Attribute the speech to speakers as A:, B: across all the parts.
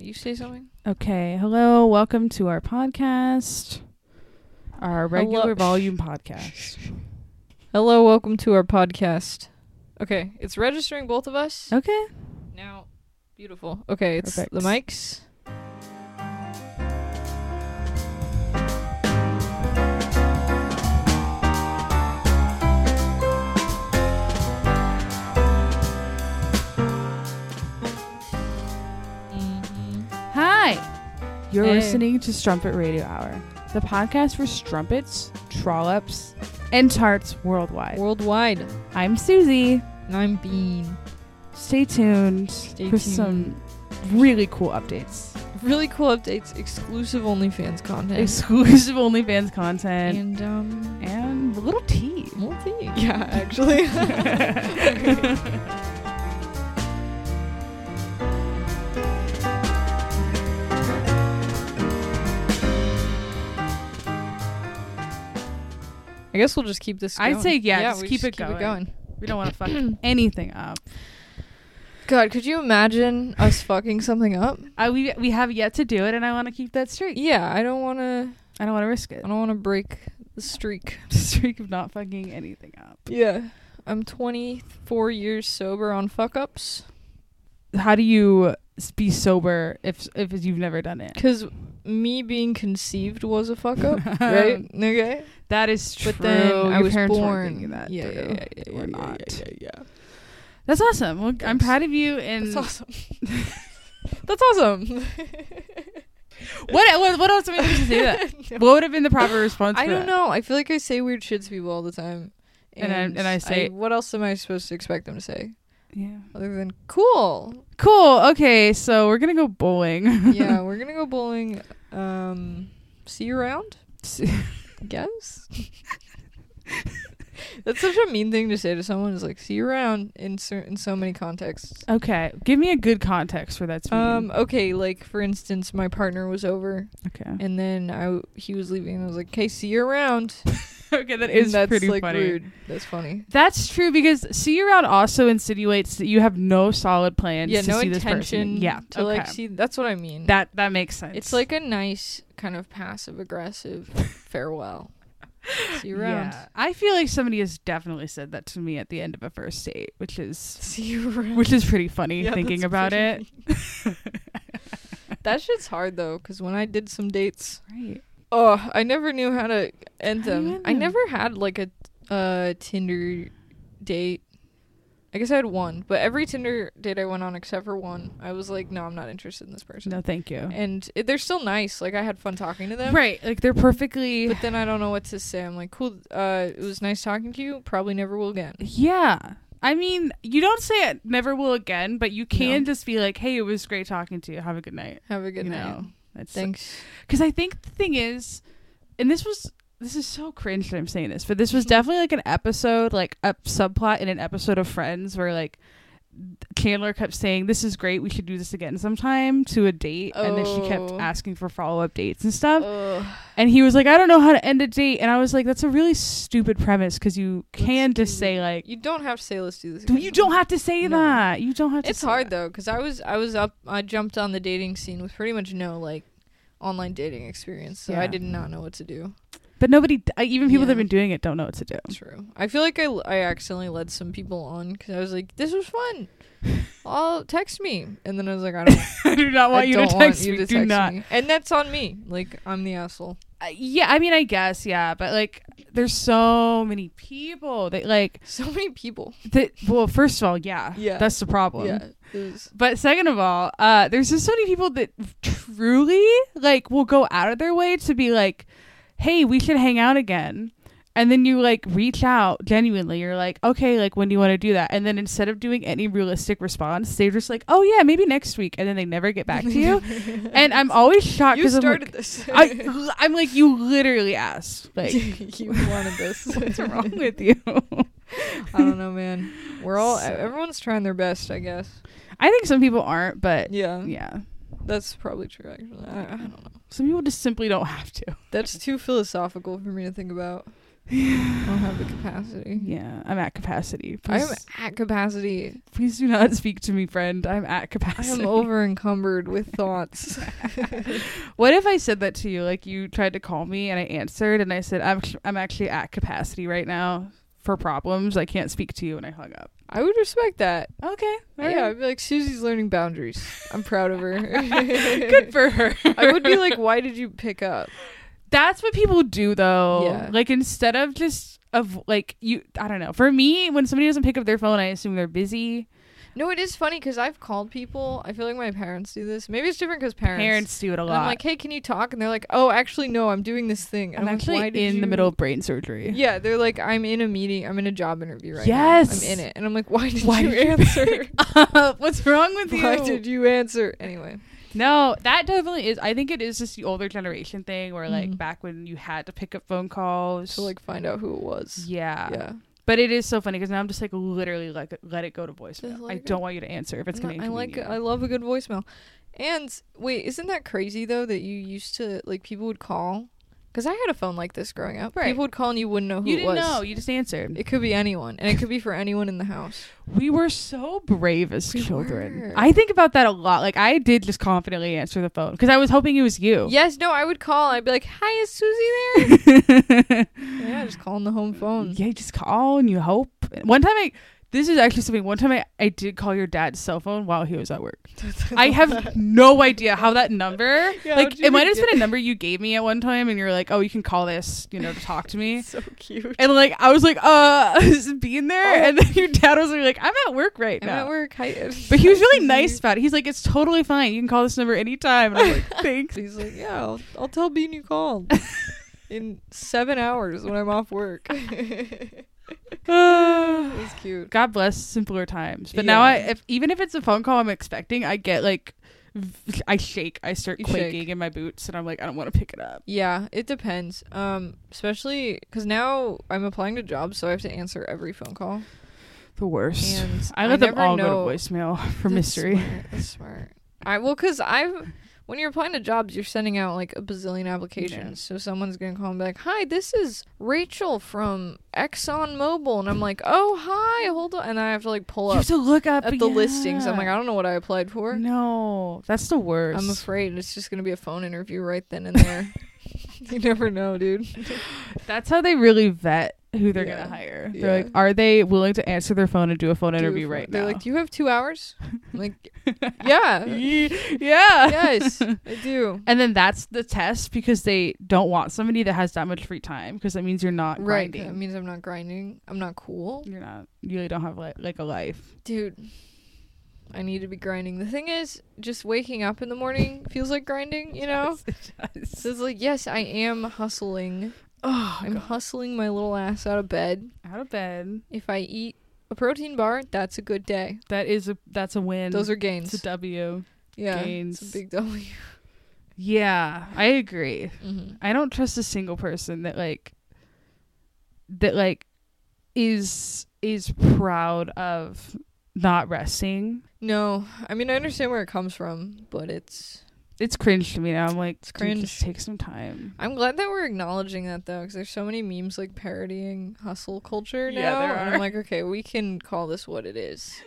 A: you say something?
B: Okay. Hello. Welcome to our podcast. Our regular
A: Hello-
B: volume podcast.
A: Hello, welcome to our podcast. Okay, it's registering both of us.
B: Okay.
A: Now, beautiful. Okay, it's
B: Perfect.
A: the mics.
B: Hi. You're
A: Hey.
B: listening to Strumpet Radio Hour, the podcast for strumpets, trollops, and tarts worldwide.
A: Worldwide.
B: I'm Susie.
A: And I'm Bean.
B: Stay tuned
A: Stay
B: for
A: tuned.
B: some really cool updates,
A: Really cool updates, exclusive OnlyFans content.
B: exclusive OnlyFans content,
A: and um
B: and a little tea.
A: we'll see. Yeah, actually. I guess we'll just keep this.
B: I'd
A: Going.
B: say, yeah, just
A: we
B: keep it going.
A: Keep it going.
B: We don't want to fuck anything up.
A: God, could you imagine us fucking something up?
B: I, we we have yet to do it, and I want to keep that streak.
A: Yeah, I don't want to.
B: I don't want to risk it.
A: I don't want to break the streak.
B: streak of not fucking anything up.
A: Yeah, I'm 24 years sober on fuck ups.
B: How do you s- be sober if if you've never done it?
A: Cause me being conceived was a fuck up, right? Okay.
B: That is true.
A: But then I
B: Your
A: was
B: parents
A: born.
B: weren't thinking that
A: yeah,
B: through.
A: yeah, yeah,
B: They
A: yeah,
B: were
A: yeah,
B: not.
A: Yeah, yeah, yeah.
B: That's awesome. Well, I'm
A: Thanks.
B: proud of you. And
A: That's awesome. That's awesome.
B: what what what else am I supposed to say? to That what would have been the proper response?
A: I
B: for
A: don't
B: that?
A: know. I feel like I say weird shit to people all the time.
B: And I- and I say-
A: what else am I supposed to expect them to say
B: Yeah.
A: other than cool?
B: Cool. Okay, so we're gonna go bowling.
A: yeah, we're gonna go bowling. Um, see you around. I guess. That's such a mean thing to say to someone. Is like see you around in cer- in so many contexts.
B: okay, give me a good context for that. Speed.
A: Um, okay, like for instance, my partner was over,
B: okay.
A: and then I w- he was leaving, and I was like, "Okay, see you around."
B: okay, that
A: And
B: is
A: that's
B: pretty
A: like
B: funny.
A: rude. That's funny.
B: That's true because see around also insinuates that you have no solid plans.
A: yeah,
B: to
A: no
B: see this person.
A: intention.
B: Yeah,
A: to like
B: okay.
A: see. That's what I mean.
B: that that makes sense.
A: it's like a nice kind of passive aggressive farewell. See you around.
B: Yeah. I feel like somebody has definitely said that to me at the end of a first date, which is
A: See you around.
B: which is pretty funny
A: Yeah,
B: thinking
A: that's
B: about it.
A: pretty mean. that shit's hard though, because when I did some dates,
B: Right.
A: oh, I never knew how to end
B: How do you
A: them.
B: end
A: I
B: them?
A: never had like a uh, Tinder date. I guess I had one, but every Tinder date I went on, except for one, I was like, no, I'm not interested in this person.
B: No, thank you.
A: And um, it, they're still nice. Like I had fun talking to them.
B: Right. Like they're perfectly
A: But then I don't know what to say. I'm like, cool. Uh, it was nice talking to you. Probably never will again.
B: Yeah. I mean, you don't say it never will again, but you can
A: No.
B: just be like, "Hey, it was great talking to you. Have a good night."
A: Have a good
B: you
A: night.
B: know. That's
A: Thanks.
B: Because I think the thing is, and this was this is so cringe that I'm saying this, but this was definitely like an episode, like a subplot in an episode of Friends where like Chandler kept saying, "This is great. We should do this again sometime." To a date, and then she kept
A: Oh.
B: asking for follow up dates and stuff.
A: Ugh.
B: And he was like, "I don't know how to end a date," and I was like, "That's a really stupid premise because you can
A: Let's
B: just
A: do-
B: say like."
A: You don't have to say let's do this.
B: "Do-
A: again."
B: You don't have to say
A: No.
B: that. You don't have to.
A: It's
B: say
A: hard
B: that.
A: though, because I was I was up. I jumped on the dating scene with pretty much no like online dating experience, so
B: Yeah.
A: I did not know what to do.
B: But nobody, I- even people
A: Yeah.
B: that have been doing it, don't know what to do.
A: True. I feel like I I accidentally led some people on because I was like, this was fun. I'll text me, and then I was like, I don't.
B: I do not want
A: I
B: you
A: don't
B: to
A: want
B: text
A: you
B: me.
A: to
B: do
A: text
B: not.
A: me, and that's on me. Like I'm the asshole.
B: Uh, yeah, I mean, I guess, yeah, but like, there's so many people that like
A: So many people.
B: that. Well, first of all, yeah,
A: Yeah.
B: that's the problem.
A: Yeah. There's-
B: But second of all, uh, there's just so many people that truly like will go out of their way to be like, "Hey, we should hang out again." And then you like reach out genuinely. You're like, okay, like when do you want to do that? And then instead of doing any realistic response, they're just like, oh yeah, maybe next week. And then they never get back to you. and I'm always shocked
A: you
B: because I'm
A: started
B: like,
A: this.
B: I, I'm like, you literally asked. Like,
A: you wanted this.
B: what's wrong with you?
A: I don't know, man. We're all
B: So-
A: everyone's trying their best, I guess.
B: I think some people aren't, but
A: Yeah,
B: yeah,
A: that's probably true. Actually, I, I don't know.
B: some people just simply don't have to.
A: That's too philosophical for me to think about. I don't have the capacity.
B: Yeah, I'm at capacity.
A: I
B: Please,
A: am at capacity.
B: please do not speak to me, friend. I'm at
A: I
B: capacity.
A: am over encumbered with thoughts.
B: What if I said that to you? Like you tried to call me and I answered and I said, I'm, I'm actually at capacity right now for problems. I can't speak to you and I hung up.
A: I would respect that.
B: Okay.
A: Oh, Yeah, I'd be like, Susie's learning boundaries. I'm proud of her.
B: Good for her.
A: I would be like, why did you pick up?
B: That's what people do though.
A: Yeah.
B: Like instead of just of like you, I don't know. For me, when somebody doesn't pick up their phone, I assume they're busy.
A: No, it is funny because I've called people. I feel like my parents do this. Maybe it's different because parents.
B: Parents do it a
A: And
B: lot.
A: I'm like, hey, can you talk? And they're like, oh, actually, no, I'm doing this thing. And
B: I'm
A: I'm, like,
B: actually
A: why did
B: in
A: you-
B: the middle of brain surgery.
A: Yeah, they're like, I'm in a meeting. I'm in a job interview right
B: Yes.
A: now. I'm in it. And I'm like, why did
B: Why
A: you
B: did you
A: answer?
B: What's wrong with you?
A: why did you answer? Anyway.
B: No, that definitely is. I think it is just the older generation thing, where like
A: Mhm.
B: back when you had to pick up phone calls,
A: to like find out who it was.
B: yeah.
A: Yeah.
B: But it is so funny because now I'm just like literally like let it go to voicemail. I
A: like it.
B: don't want you to answer if it's
A: No,
B: gonna.
A: I like
B: inconvenience
A: I
B: you.
A: love a good voicemail. And wait, isn't that crazy though that you used to like people would call cuz I had a phone like this growing up.
B: Right.
A: People would call and you wouldn't know who
B: you
A: it
B: didn't
A: was.
B: know. You just answered.
A: It could be anyone and it could be for anyone in the house.
B: we were so brave as
A: We
B: children.
A: were.
B: I think about that a lot. Like I did just confidently answer the phone because I was hoping it was you.
A: Yes, no, I would call. I'd be like, "Hi, is Susie there?" yeah, just calling the home phone.
B: Yeah, you just call and you hope. One time I this is actually something one time I, I did call your dad's cell phone while he was at work. I have no idea how that number
A: Yeah, how'd
B: like
A: you
B: it might have
A: even
B: just been a number you gave me at one time and you're like, Oh, you can call this, you know, to talk to me.
A: so cute.
B: And like I was like, uh being there and then your dad was like, I'm at work right
A: Oh. I'm
B: now.
A: at work. Hi.
B: But he was really
A: Susie.
B: nice about it. He's like, It's totally fine. You can call this number anytime and I'm like, Thanks.
A: He's like, "Yeah, I'll, I'll tell Bean you called in 7 hours when I'm off work." it
B: Uh,
A: was cute.
B: God bless simpler times. But now, I
A: Yeah.
B: if even if it's a phone call I'm expecting, I get like, v- I shake, I start
A: You
B: quaking
A: shake.
B: in my boots, and I'm like, I don't want to pick it up.
A: Yeah, it depends. Um, especially because now I'm applying to jobs, so I have to answer every phone call.
B: The worst.
A: And
B: I let them
A: never
B: all
A: know-
B: go to voicemail for
A: That's
B: mystery.
A: Smart. That's smart. I well, because I've when you're applying to jobs, you're sending out like a bazillion applications. So someone's gonna call and be like, "Hi, this is Rachel from Exxon Mobil," and I'm like, "Oh, hi, hold on," and I have to like pull
B: You
A: up
B: have to look up
A: at the listings. Oh I'm like, I don't know what I applied for.
B: no, that's the worst.
A: I'm afraid it's just gonna be a phone interview right then and there. you never know, dude.
B: that's how they really vet who they're
A: Yeah.
B: gonna hire.
A: Yeah.
B: They're like, are they willing to answer their phone and do a phone interview
A: Do-
B: right
A: They're
B: now?
A: like, "Do you have two hours?" I'm like, yeah,
B: Ye- yeah.
A: yes, I do.
B: And then that's the test because they don't want somebody that has that much free time because that means you're not
A: Right,
B: grinding.
A: that means I'm not grinding. I'm not cool,
B: You're not. You really don't have like, like a life.
A: dude. I need to be grinding. The thing is, just waking up in the morning feels like grinding. You know, so it's like, yes, I am hustling.
B: Oh,
A: I'm hustling my little ass out of bed.
B: out of bed.
A: If I eat a protein bar, that's a good day.
B: That is a. That's a win.
A: Those are
B: It's a
A: gains.
B: W.
A: Yeah,
B: gains.
A: it's a big W.
B: Yeah, I agree.
A: hmm
B: I don't trust a single person that like. That like, is is proud of not resting.
A: No, I mean I understand where it comes from, but it's.
B: It's cringe to me now. I'm like,
A: It's
B: dude,
A: cringe.
B: just take some time.
A: I'm glad that we're acknowledging that though, because there's so many memes like parodying hustle culture now.
B: Yeah, there
A: and
B: are.
A: I'm like, okay, we can call this what it is,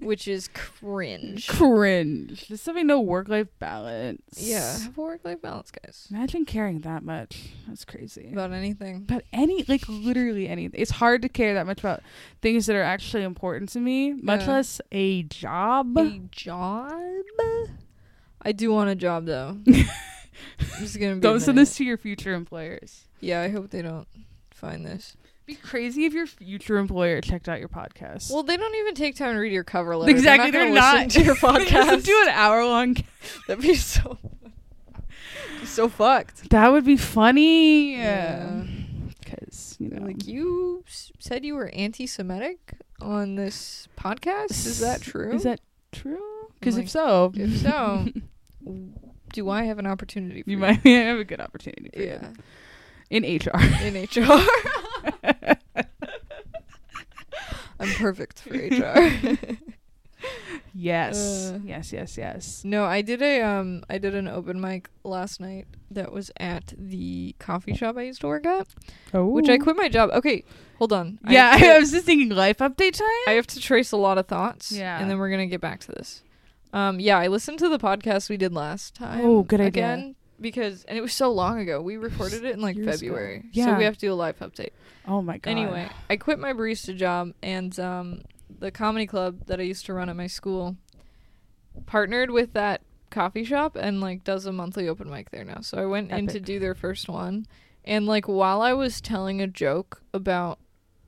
A: which is cringe.
B: Cringe. There's something no work life balance.
A: Yeah, have a work-life balance, guys.
B: Imagine caring that much. That's crazy. About,
A: About anything.
B: any, like literally anything. It's hard to care that much about things that are actually important to me, much
A: Yeah.
B: less a job.
A: A job? I do want a job though. I'm just gonna be.
B: Don't send
A: admitting
B: this to your future employers.
A: it. Yeah, I hope they don't find this.
B: Be crazy if your future employer checked out your podcast.
A: Well, they don't even take time to read your cover letter.
B: exactly. They're not.
A: They're not gonna listen to your
B: Listen
A: podcast.
B: to an hour long.
A: That'd be so. so fucked.
B: That would be funny.
A: Yeah.
B: Because you know,
A: Like you s- said you were anti-Semitic on this podcast. Is that true?
B: Is that true? Because
A: Like,
B: if so,
A: if so, do I have an opportunity? For
B: you might have a good opportunity. For you.
A: yeah,
B: in HR.
A: in HR. I'm perfect for HR.
B: Yes.
A: Uh.
B: yes, yes, yes.
A: No, I did a um I did an open mic last night that was at the coffee shop I used to work at,
B: Oh.
A: which I quit my job. Okay, hold on. I
B: Yeah,
A: have
B: I,
A: to-
B: was just thinking life update time.
A: I have to trace a lot of thoughts.
B: Yeah.
A: And then we're gonna get back to this. Um yeah, I listened to the podcast we did last time.
B: Oh, good idea.
A: Again, because and it was so long ago. We recorded it in like
B: Years ago.
A: February. So
B: Yeah.
A: we have to do a live update.
B: oh my god.
A: Anyway, I quit my barista job and um the comedy club that I used to run at my school partnered with that coffee shop and like does a monthly open mic there now. So I went in to
B: Epic.
A: do their first one and like while I was telling a joke about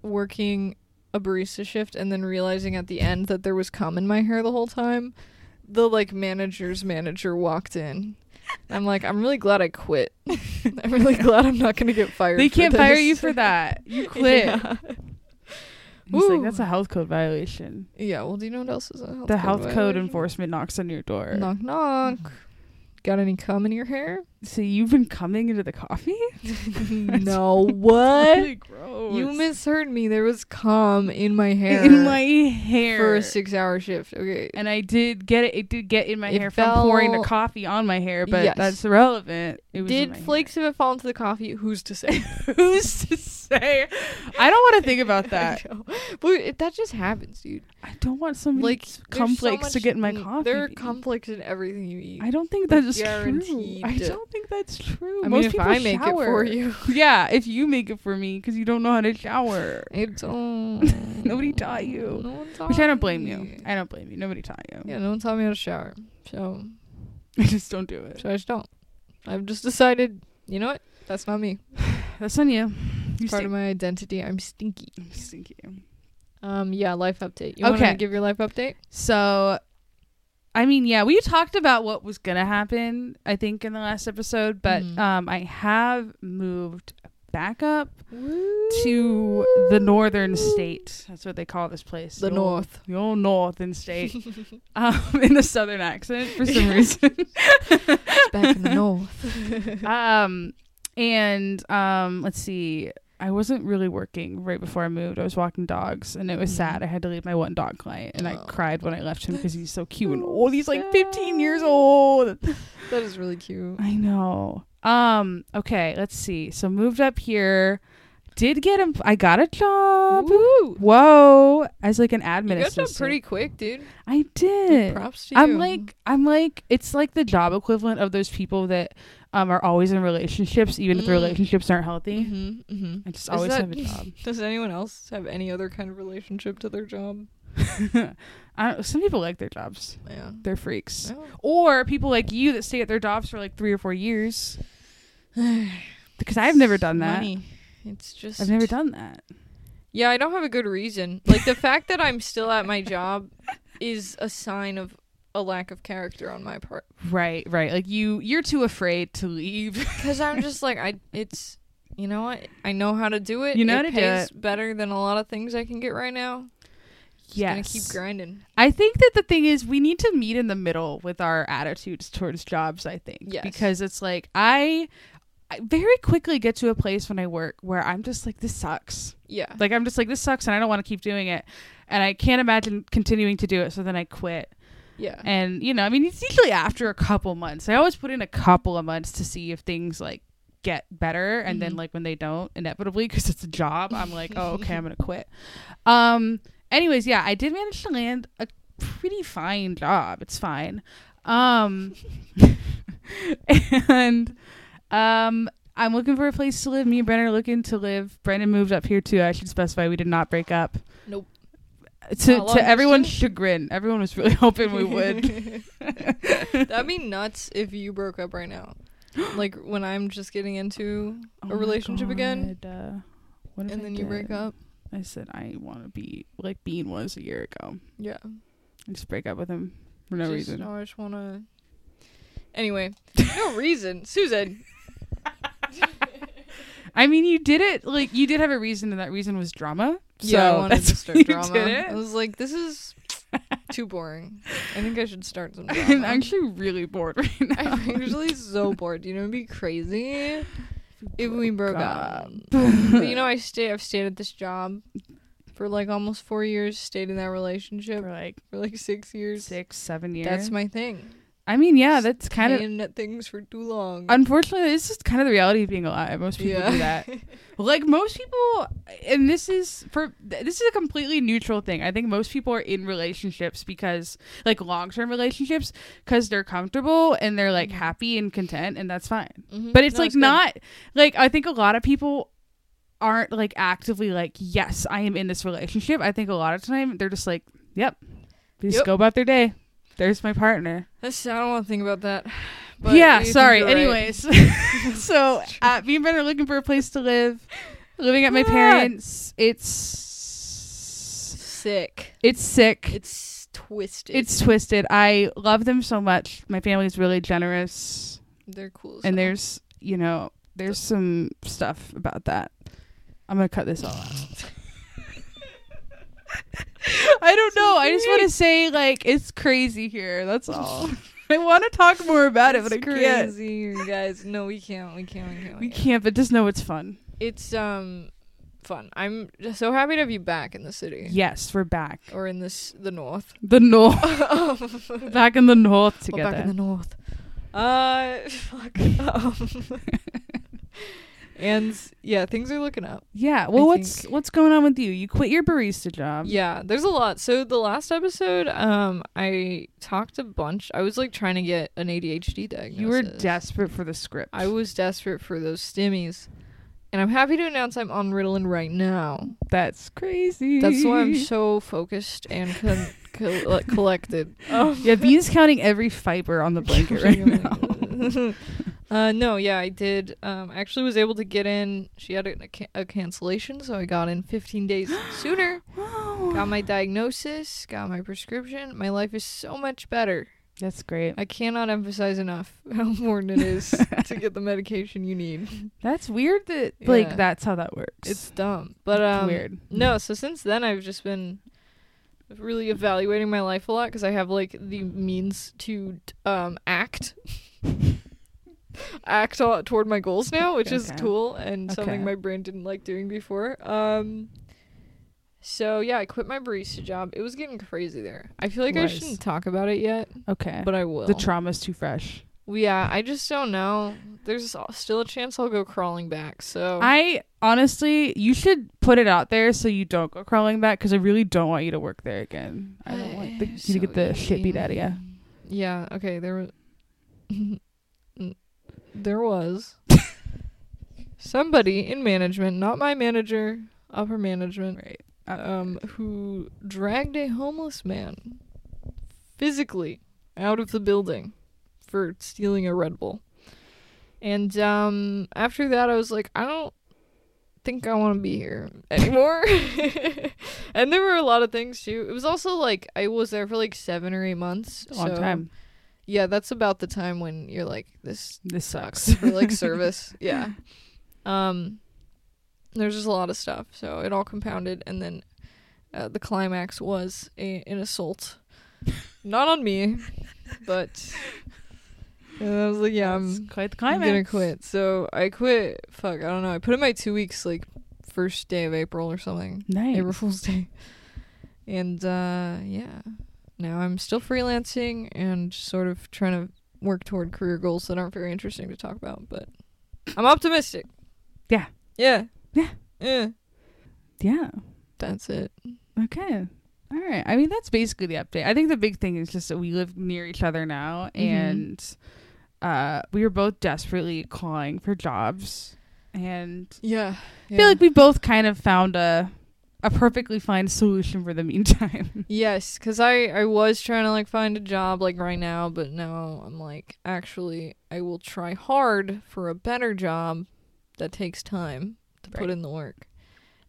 A: working a barista shift and then realizing at the end that there was cum in my hair the whole time, the like manager's manager walked in. I'm like, I'm really glad I quit. I'm really glad I'm not gonna get fired.
B: they
A: for
B: can't fire you
A: this."
B: for that. You quit.
A: Yeah.
B: He's like,
A: Ooh.
B: that's a health code violation.
A: Yeah, well, do you know what else is a health
B: the
A: code
B: health code
A: violation?
B: enforcement knocks on your door.
A: Knock knock. Got any cum in your hair?
B: So you've been coming into the coffee?
A: no. What?
B: Really gross.
A: you misheard me. There was cum in my hair
B: in my hair
A: for a six-hour shift. Okay.
B: and I did get it. It did get in my
A: It
B: hair from pouring the
A: fell-
B: coffee on my hair, but
A: Yes.
B: that's irrelevant. It was in
A: Did
B: my hair.
A: flakes of it fall into the coffee? Who's to say?
B: Who's to say? I don't want to think about that.
A: I know. but it, that just happens, dude.
B: I don't want somebody
A: Like
B: like
A: there's
B: cum
A: so
B: flakes to
A: much-
B: get in my
A: mm,
B: coffee.
A: There are cum flakes in everything you eat.
B: I don't think
A: Like,
B: that's true. I
A: guaranteed.
B: don't think that's true.
A: I
B: Most
A: mean, if
B: people
A: I make
B: shower.
A: it for you,
B: yeah, if you make it for me because you don't know how to shower.
A: it's all.
B: Nobody taught you.
A: No one taught
B: Which I don't blame you.
A: me.
B: I don't blame you. Nobody taught you.
A: Yeah, no one taught me how to shower. So,
B: I just don't do it.
A: so I just don't. I've just decided, you know what? That's not me.
B: That's on you. You
A: It's part
B: stink.
A: of my identity. I'm stinky.
B: You stinky.
A: Um, yeah, life update. You want
B: Okay.
A: to give your life update?
B: So, I mean, yeah, we talked about what was gonna happen. I think in the last episode, but
A: Mhm.
B: um, I have moved back up to the northern state. That's what they call this place.
A: The
B: old-
A: north.
B: the old northern state. um, in the southern accent for some reason.
A: Back in the north.
B: um, and um, let's see. I wasn't really working right before I moved. I was walking dogs, and it was
A: Mhm.
B: sad. I had to leave my one dog client, and I
A: Oh.
B: cried when I left him because he's so cute and
A: so
B: old. He's like 15 years
A: sad.
B: old.
A: That is really cute.
B: I know. Um. Okay. Let's see. So moved up here. Did get him. I got a job.
A: Woo!
B: Whoa! As like an
A: You got
B: admin
A: done
B: assistant.
A: pretty quick, dude.
B: I
A: Like,
B: did.
A: props to you.
B: I'm like I'm like it's like the job equivalent of those people that um are always in relationships even if the
A: Mm.
B: relationships aren't healthy.
A: hmm hmm
B: I just always
A: that-
B: have a job.
A: Does anyone else have any other kind of relationship to their job?
B: I don't, some people like their jobs.
A: Yeah.
B: They're freaks.
A: No.
B: Or people like you that stay at their jobs for like 3 or 4 years because I've never done that.
A: Money. It's just
B: I've never done that.
A: Yeah, I don't have a good reason. Like the fact that I'm still at my job is a sign of a lack of character on my part.
B: Right, right. Like you you're too afraid to leave.
A: Because I'm just like I, it's you know what I know how to do it.
B: You know
A: it
B: how to do
A: pays better than a lot of things I can get right now. Just gonna
B: yes.
A: keep grinding.
B: I think that the thing is we need to meet in the middle with our attitudes towards jobs, I think.
A: Yes.
B: Because it's like I I very quickly get to a place when I work where I'm just like this sucks.
A: Yeah,
B: Like I'm just like this sucks and I don't want to keep doing it and I can't imagine continuing to do it so then I quit.
A: yeah.
B: And you know, I mean it's usually after a couple months. I always put in a couple of months to see if things like get better and then
A: Mhm.
B: like when they don't inevitably because it's a job i'm like oh okay i'm gonna quit um anyways yeah i did manage to land a pretty fine job it's fine um and um i'm looking for a place to live me and brennan are looking to live brennan moved up here too i should specify we did not break up
A: Nope.
B: to,
A: Not long
B: to everyone's chagrin everyone was really hoping we would
A: That'd be nuts if you broke up right now. Like when I'm just getting into a
B: Oh my
A: relationship again,
B: God, uh, what if
A: and
B: I
A: then you break
B: did?
A: up.
B: I said I want to be like Bean was a year ago.
A: Yeah.
B: I just break up with him for no
A: Just,
B: reason.
A: No, I just want to. Anyway, no reason, Susan.
B: I mean, you did it like you did have a reason, and that reason was drama.
A: yeah, I
B: so
A: wanted
B: that's
A: to
B: why
A: start
B: you
A: drama.
B: did
A: I
B: it.
A: was like, this is too boring. I think I should start some drama.
B: I'm actually really bored right now.
A: I'm actually so bored. You know, it'd be crazy if we broke up. But you know, I stay. I've stayed at this job for like almost four years, stayed in that relationship
B: for like
A: for like six years.
B: six, seven years.
A: That's my thing.
B: I mean, yeah, that's kind of.
A: Staying at things for too long.
B: Unfortunately, this is kind of the reality of being alive. Most people do that. like most people, and this is for this is a completely neutral thing. I think most people are in relationships because like long term relationships because they're comfortable and they're like happy and content, and that's fine.
A: Mhm.
B: But it's
A: Mm-hmm. No,
B: like
A: good.
B: not like I think a lot of people aren't like actively like yes I am in this relationship. I think a lot of time they're just like yep, they just
A: Yep.
B: go about their day. There's my partner.
A: That's, I don't want to think about that.
B: yeah,
A: you think
B: sorry.
A: you're right.
B: Anyways, so uh, me and Ben are looking for a place to live. Living at my
A: Yeah.
B: parents. It's
A: sick.
B: it's sick. It's,
A: It's twisted.
B: twisted. I love them so much. My family's really generous,
A: they're cool. as
B: and
A: hell.
B: there's you know there's some stuff about that. I'm gonna cut this all out. I don't know. I just want to say like it's crazy here. That's all. I want to talk more about it, but I
A: It's
B: can't.
A: crazy, you guys. No, we can't. We can't. We can't.
B: We can't, but just know it's fun.
A: It's um fun. I'm just so happy to have you back in the city
B: Yes, we're back.
A: or in this the north.
B: The north,
A: Um,
B: back in the north
A: well, back in
B: together.
A: the north. Uh, fuck. Um, and yeah, things are looking up.
B: yeah. Well,
A: I
B: what's
A: think-
B: what's going on with you? You quit your barista job.
A: Yeah, there's a lot. So the last episode, um, I talked a bunch. I was like trying to get an ADHD diagnosis.
B: You were desperate for the script.
A: I was desperate for those stimmies, and I'm happy to announce I'm on Ritalin right now.
B: That's crazy.
A: That's why I'm so focused and con- col- collected. Um,
B: yeah, Bean's counting every fiber on the blanket right now.
A: uh, no, yeah, I did. Um, I actually was able to get in. She had a, a, ca- a cancellation, so I got in 15 days sooner. Got my diagnosis, got my prescription. My life is so much better.
B: That's great.
A: I cannot emphasize enough how important it is to get the medication you need.
B: That's weird that like
A: Yeah.
B: that's how that works.
A: It's dumb, but um,
B: weird.
A: No, so since then I've just been really evaluating my life a lot because I have like the means to um act act o- toward my goals now, which is
B: Okay.
A: cool and something
B: Okay.
A: my brain didn't like doing before. Um so yeah, I quit my barista job. It was getting crazy there. I feel like I
B: Was.
A: shouldn't talk about it yet,
B: Okay.
A: but oh. I will.
B: the trauma's too fresh.
A: yeah, I just don't know. There's a- still a chance I'll go crawling back. So
B: I honestly, you should put it out there so you don't go crawling back because I really don't want you to work there again. I don't want the,
A: Uh,
B: you to get
A: so
B: the shit beat out of you.
A: Yeah. Okay. There was. there was somebody in management, not my manager, upper management,
B: Right.
A: um, who dragged a homeless man physically out of the building for stealing a Red Bull. And um, after that, I was like, I don't think I want to be here anymore. and there were a lot of things too. It was also like I was there for like seven or eight months.
B: a long
A: so-
B: time.
A: Yeah, that's about the time when you're like, this
B: This
A: sucks for like service. Yeah. Um there's just a lot of stuff. So it all compounded and then uh, the climax was a, an assault. Not on me, but and I was like, yeah, I'm,
B: quite the
A: I'm
B: climax.
A: going to quit. So I quit. Fuck, I don't know. I put in my 2 weeks like first day of April or something.
B: Nice.
A: April Fool's Day. And uh, yeah, now I'm still freelancing and sort of trying to work toward career goals that aren't very interesting to talk about, but I'm optimistic.
B: Yeah.
A: Yeah.
B: Yeah.
A: Yeah.
B: Yeah.
A: That's it.
B: Okay. All right. I mean, that's basically the update. I think the big thing is just that we live near each other now,
A: Mhm.
B: and uh, we were both desperately calling for jobs, and
A: Yeah. yeah.
B: I feel like we both kind of found a a perfectly fine solution for the meantime.
A: yes, because I, I was trying to like find a job like right now, but now I'm like, actually, I will try hard for a better job that takes time to put
B: Right.
A: in the work.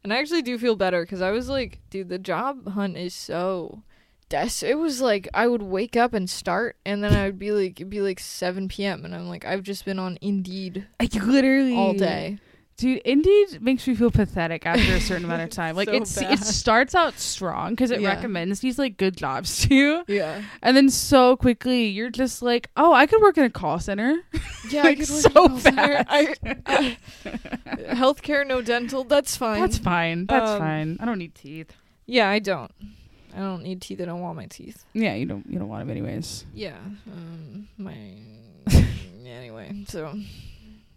A: And I actually do feel better because I was like, dude, the job hunt is so des. It was like I would wake up and start, and then I would be like, it'd be like 7 p.m. and I'm like, I've just been on Indeed
B: like literally
A: all day.
B: Dude, Indeed makes me feel pathetic after a certain amount of time. Like
A: So
B: it's
A: bad.
B: it starts out strong because it
A: Yeah.
B: recommends these like good jobs to you,
A: Yeah.
B: and then so quickly you're just like, oh, I could work in a call center.
A: Yeah,
B: Like,
A: I could work
B: so
A: in a call center.
B: fast.
A: I, I, healthcare, no dental. That's fine.
B: That's fine. That's
A: Um,
B: fine. I don't need teeth.
A: yeah, I don't. I don't need teeth. I don't want my teeth.
B: Yeah, you don't you don't want them anyways.
A: Yeah. Um. My. anyway, so.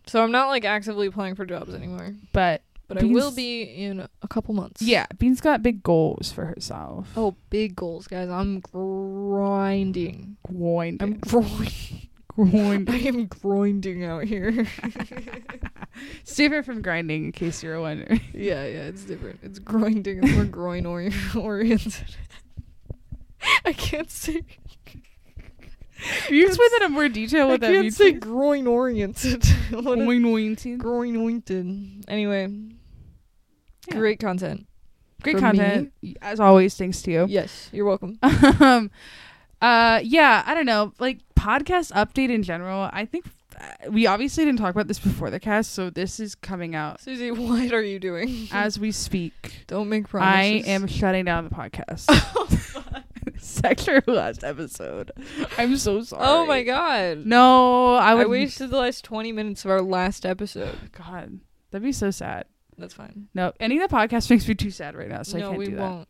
A: So I'm not like actively applying for jobs anymore,
B: But
A: but I will
B: Because-
A: be in a couple months.
B: yeah, Bean's got big goals for herself.
A: Oh, big goals, guys. I'm grinding.
B: Groin.
A: I'm grinding.
B: groin.
A: I am grinding out here.
B: It's different from grinding, in case you're wondering.
A: Yeah, yeah, it's different. It's grinding. It's more groin ori- oriented. I can't say.
B: Can you explain that in more detail? What
A: I
B: that
A: can't
B: means?
A: say groin oriented. what is
B: Anointing.
A: groin oriented? Anyway,
B: Yeah.
A: great content.
B: Great
A: for
B: content. As always, thanks to you.
A: Yes, you're welcome.
B: Um, uh, yeah, I don't know. Like, podcast update in general, I think uh, we obviously didn't talk about this before the cast, so this is coming out
A: Susie, what are you doing?
B: as we speak.
A: Don't make Mm-hmm.
B: I
A: promises.
B: am shutting down the podcast. Sector last episode. I'm so sorry.
A: Oh my god.
B: No, I
A: I,
B: would.
A: wasted the last 20 minutes of our last episode.
B: God, that'd be so sad.
A: That's fine.
B: No, any of the podcast makes me too sad right now, so I
A: no,
B: can't
A: we
B: do that.
A: won't.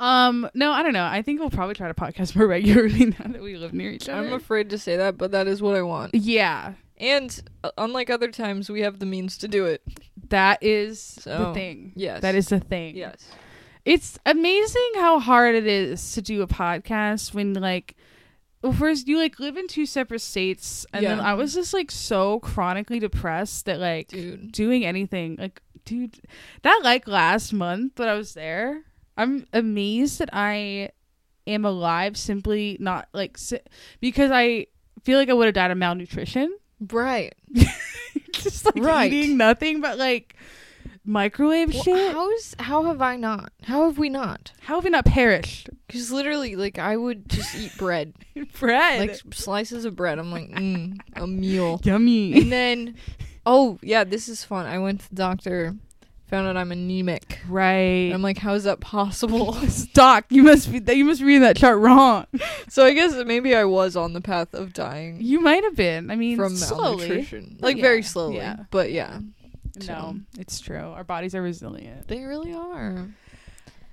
B: Um, no, I don't know. I think we'll probably try to podcast more regularly now that we live near each other.
A: I'm afraid to say that, but that is what I want.
B: yeah,
A: And uh, unlike other times, we have the means to do it.
B: that is the
A: So,
B: thing.
A: Yes.
B: That is the thing.
A: Yes.
B: It's amazing how hard it is to do a podcast when like well, first you like live in two separate states and then
A: Yeah.
B: I was just like so chronically depressed that like
A: Dude.
B: doing anything like dude that like last month that I was there I'm amazed that I am alive simply not like si- because I feel like I would have died of malnutrition
A: Right.
B: just like
A: Right.
B: eating nothing but like microwave
A: Well,
B: shit
A: how is how have I not? How have we not?
B: how have we not perished
A: Because literally, like I would just eat bread,
B: bread
A: like slices of bread. I'm like, mm, a meal.
B: yummy
A: And then, oh yeah, this is fun. I went to the doctor, found out I'm anemic.
B: right
A: And I'm like, how is that possible?
B: Doc, you must be you must read that chart wrong.
A: so I guess maybe I was on the path of dying
B: You might have been. I mean,
A: from
B: slowly.
A: malnutrition, like
B: Yeah,
A: very slowly.
B: yeah.
A: But yeah,
B: No, it's true. Our bodies are resilient.
A: they really are.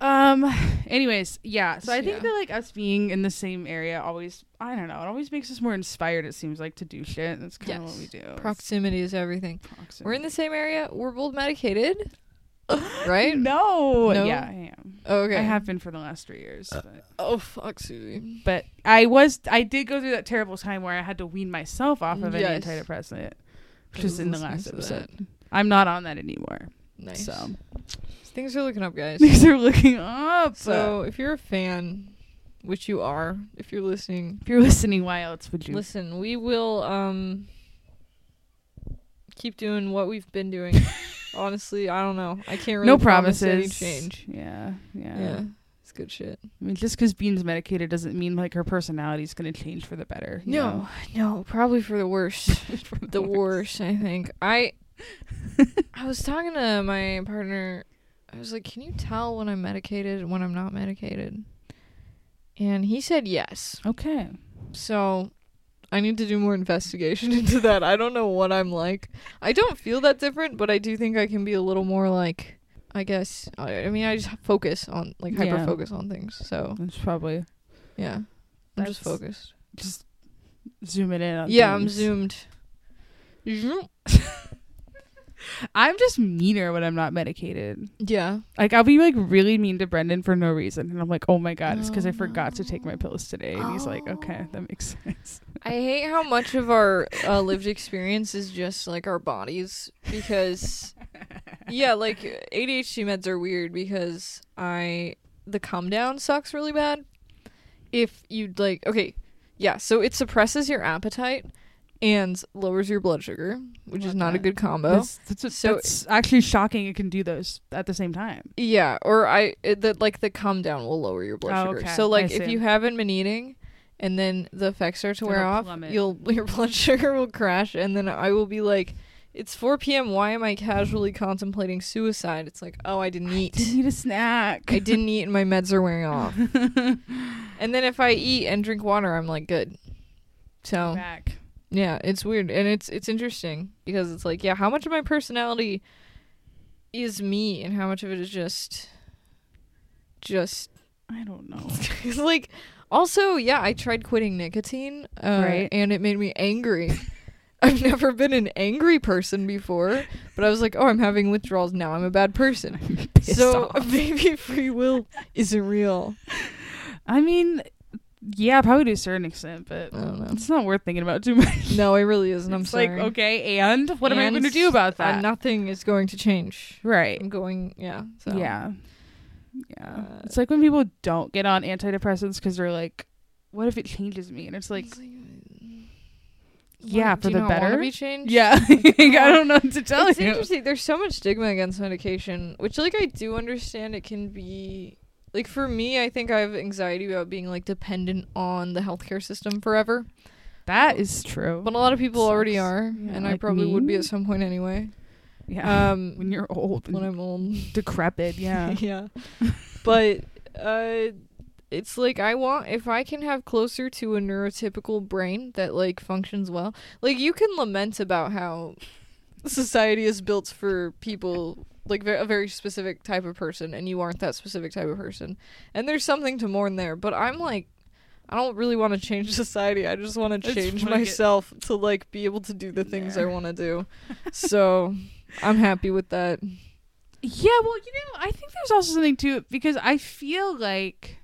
B: Um. Anyways, yeah. So I think
A: Yeah.
B: that like us being in the same area always, I don't know, it always makes us more inspired. It seems like to do shit. That's kind of what
A: Yes.
B: we do. It's
A: Proximity is everything.
B: proximity.
A: We're in the same area. We're both medicated, right?
B: No. Uh,
A: No?
B: Yeah, I am.
A: Okay.
B: I have been for the last three years. But,
A: Oh fuck, Susie.
B: but I was, I did go through that terrible time where I had to wean myself off of
A: Yes.
B: any antidepressant,
A: I
B: which was
A: was
B: in the
A: listening
B: last
A: to
B: episode. I'm not on that anymore.
A: Nice.
B: So
A: Things are looking up, guys.
B: these are looking up.
A: so if you're a fan, which you are, if you're listening,
B: if you're listening, why else would you?
A: listen. We will um keep doing what we've been doing. Honestly, I don't know. I can't really
B: no
A: promise
B: promises.
A: any change.
B: Yeah, yeah.
A: Yeah. it's good shit.
B: I mean, just because Bean's medicated doesn't mean like her personality's going to change for the better. you know?
A: no, probably for the worst.
B: For
A: the worst, I think. I I was talking to my partner. I was like, "Can you tell when I'm medicated and when I'm not medicated?" And he said yes.
B: Okay.
A: So I need to do more investigation into that. I don't know what I'm like. I don't feel that different, but I do think I can be a little more like I guess I, I mean I just focus on like
B: Yeah.
A: hyper focus on things. So,
B: That's probably
A: yeah. I'm just
B: That's-
A: focused.
B: just zooming in. On
A: Yeah, I'm
B: things.
A: zoomed. Zoom.
B: I'm just meaner when I'm not medicated.
A: Yeah.
B: Like I'll be like really mean to Brendan for no reason, and I'm like, oh my god, it's because I
A: Oh,
B: forgot to take my pills today. And he's like, okay, that makes sense.
A: I hate how much of our uh, lived experience is just like our bodies because yeah, like ADHD meds are weird because I the calm down sucks really bad. If you'd like okay, yeah, so it suppresses your appetite and lowers your blood sugar, which is
B: Love
A: not a
B: that.
A: good combo.
B: That's, that's, what-
A: So-
B: that's actually shocking. It can do those at the same time.
A: Yeah, or I it, the like the calm down will lower your blood
B: Oh,
A: sugar.
B: okay.
A: So like
B: I
A: if
B: see.
A: you haven't been eating and then the effects start to wear
B: It'll
A: off,
B: plummet.
A: you'll your blood sugar will crash and then I will be like it's 4 p.m. Why am I casually contemplating suicide? It's like, oh, I didn't eat.
B: need a snack.
A: I didn't eat and my meds are wearing off. and then if I eat and drink water, I'm like good. So,
B: Back.
A: yeah, it's weird and it's it's interesting because it's like, yeah, how much of my personality is me and how much of it is just just
B: I don't know.
A: It's like also yeah i tried quitting nicotine uh,
B: Right.
A: and it made me angry i've never been an angry person before but i was like oh i'm having withdrawals now i'm a bad person
B: Pissed
A: so
B: off.
A: maybe free will isn't real
B: I mean, yeah, probably to a certain extent, but
A: I don't know.
B: it's not worth thinking about too much.
A: no it really isn't i'm
B: it's
A: sorry
B: like okay, and what am I
A: And
B: going to do about
A: uh,
B: that?
A: nothing is going to change
B: right.
A: i'm going yeah so
B: Yeah. Yeah.
A: Uh,
B: it's like when people don't get on antidepressants because they're like, what if it changes me? And it's like,
A: It's
B: Yeah,
A: what, do
B: for
A: you
B: the
A: not "Mm, wanna
B: better?
A: be changed?
B: yeah, like, I
A: oh.
B: don't know what to tell
A: it's
B: you.
A: interesting. There's so much stigma against medication, which like I do understand. It can be like for me, I think I have anxiety about being like dependent on the healthcare system forever.
B: That is true.
A: But a lot of people already
B: Sucks.
A: are,
B: Yeah,
A: and I
B: like
A: probably would be
B: me.
A: at some point anyway.
B: yeah.
A: Um,
B: when you're old and
A: when I'm old,
B: decrepit, yeah.
A: yeah. But uh, it's like I want if I can have closer to a neurotypical brain that like functions well. Like you can lament about how society is built for people like ve- a very specific type of person, and you aren't that specific type of person. And there's something to mourn there. But I'm like. I don't really want to change society. I just want to
B: just
A: change
B: wanna get-
A: myself to like be able to do the things I
B: there.
A: want to do. so, I'm happy with that.
B: Yeah, well, you know, I think there's also something to it because I feel like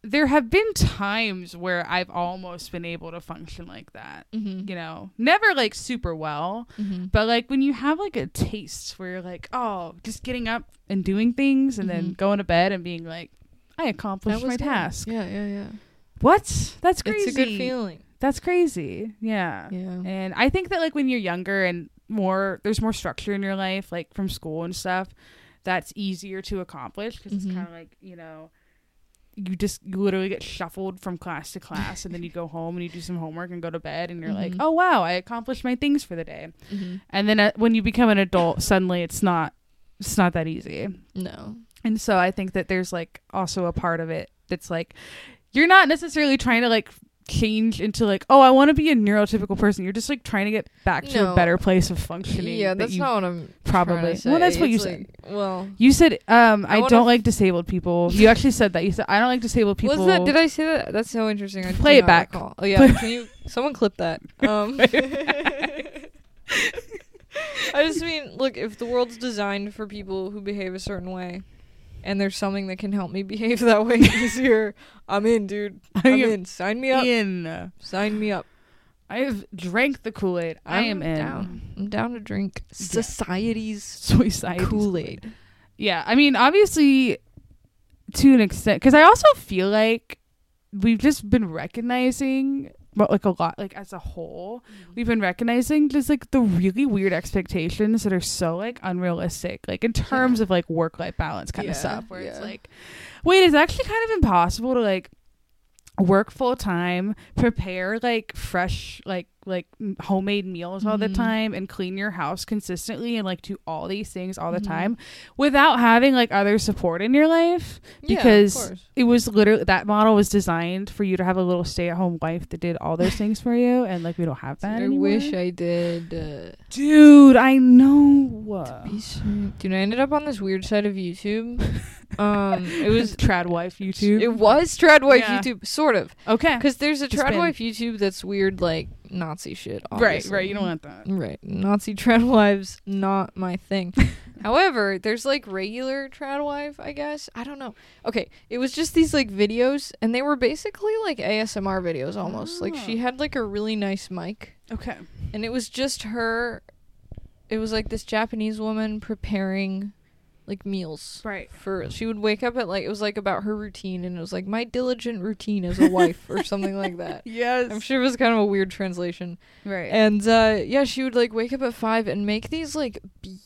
B: there have been times where I've almost been able to function like that.
A: Mhm.
B: You know, never like super well,
A: Mhm.
B: but like when you have like a taste where you're like, oh, just getting up and doing things and then
A: Mhm.
B: going to bed and being like, I accomplished
A: That
B: my
A: was nice.
B: task.
A: Yeah, yeah, yeah.
B: What? That's crazy.
A: It's a good feeling.
B: That's crazy. Yeah.
A: Yeah.
B: And I think that like when you're younger and more there's more structure in your life, like from school and stuff, that's easier to accomplish because
A: Mhm.
B: it's kind of like you know, you just you literally get shuffled from class to class, and then you go home and you do some homework and go to bed, and you're like,
A: Mhm.
B: oh wow, I accomplished my things for the day.
A: Mhm.
B: And then uh, when you become an adult, suddenly it's not it's not that easy.
A: No.
B: And so I think that there's like also a part of it that's like you're not necessarily trying to like change into like oh I want to be a neurotypical person. You're just like trying to get back to
A: No.
B: a better place of functioning.
A: Yeah,
B: that
A: that's
B: you
A: not what I'm trying
B: probably.
A: to say.
B: Well, that's what you
A: It's
B: said.
A: like- Well,
B: You said um
A: I
B: I,
A: wanna
B: don't
A: f-
B: like disabled people. You actually said that. You said I don't like disabled people.
A: was that? Did I say that? That's so interesting. I do
B: Play it
A: not
B: back.
A: recall. Oh yeah, can you? Someone clip that. Um, I just mean, look, if the world's designed for people who behave a certain way, and there's something that can help me behave that way easier, I'm in, dude. I'm
B: am
A: in. Sign me up.
B: in.
A: Sign me up.
B: I have drank the Kool Aid. I am in.
A: Down. I'm down to drink society's
B: Suicide.
A: Kool Aid.
B: Yeah, I mean, obviously, to an extent, because I also feel like we've just been recognizing, but like a lot, like as a whole,
A: Mm-hmm.
B: we've been recognizing just like the really weird expectations that are so like unrealistic, like in terms of like work life balance kind
A: Yeah,
B: of stuff, where it's
A: yeah.
B: like, wait, it's actually kind of impossible to like work full time, prepare like fresh like like m- homemade meals all the
A: Mhm.
B: time and clean your house consistently and like do all these things all the
A: Mhm.
B: time without having like other support in your life.
A: Yeah, of
B: Because
A: course.
B: It was literally that model was designed for you to have a little stay-at-home wife that did all those things for you and like we don't have that
A: I
B: anymore.
A: wish I did. Uh,
B: Dude, I know.
A: piece- dude, I ended up on this weird side of YouTube. Um, it was
B: trad wife YouTube.
A: it was tradwife
B: Yeah.
A: YouTube, sort of,
B: okay.
A: because there's a
B: It's been-
A: tradwife YouTube that's weird, like Nazi shit.
B: Right,
A: Obviously.
B: right. You don't want that.
A: Right, Nazi tradwives not my thing. However, there's like regular tradwife, I guess. I don't know. Okay, it was just these like videos, and they were basically like ASMR videos almost. Like she
B: Ah.
A: had like a really nice mic,
B: Okay.
A: and it was just her it was like this japanese woman preparing like meals
B: Right.
A: for she would wake up at like it was like about her routine and it was like my diligent routine as a wife or something like that
B: Yes.
A: i'm sure it was kind of a weird translation
B: Right.
A: and uh yeah she would like wake up at five and make these like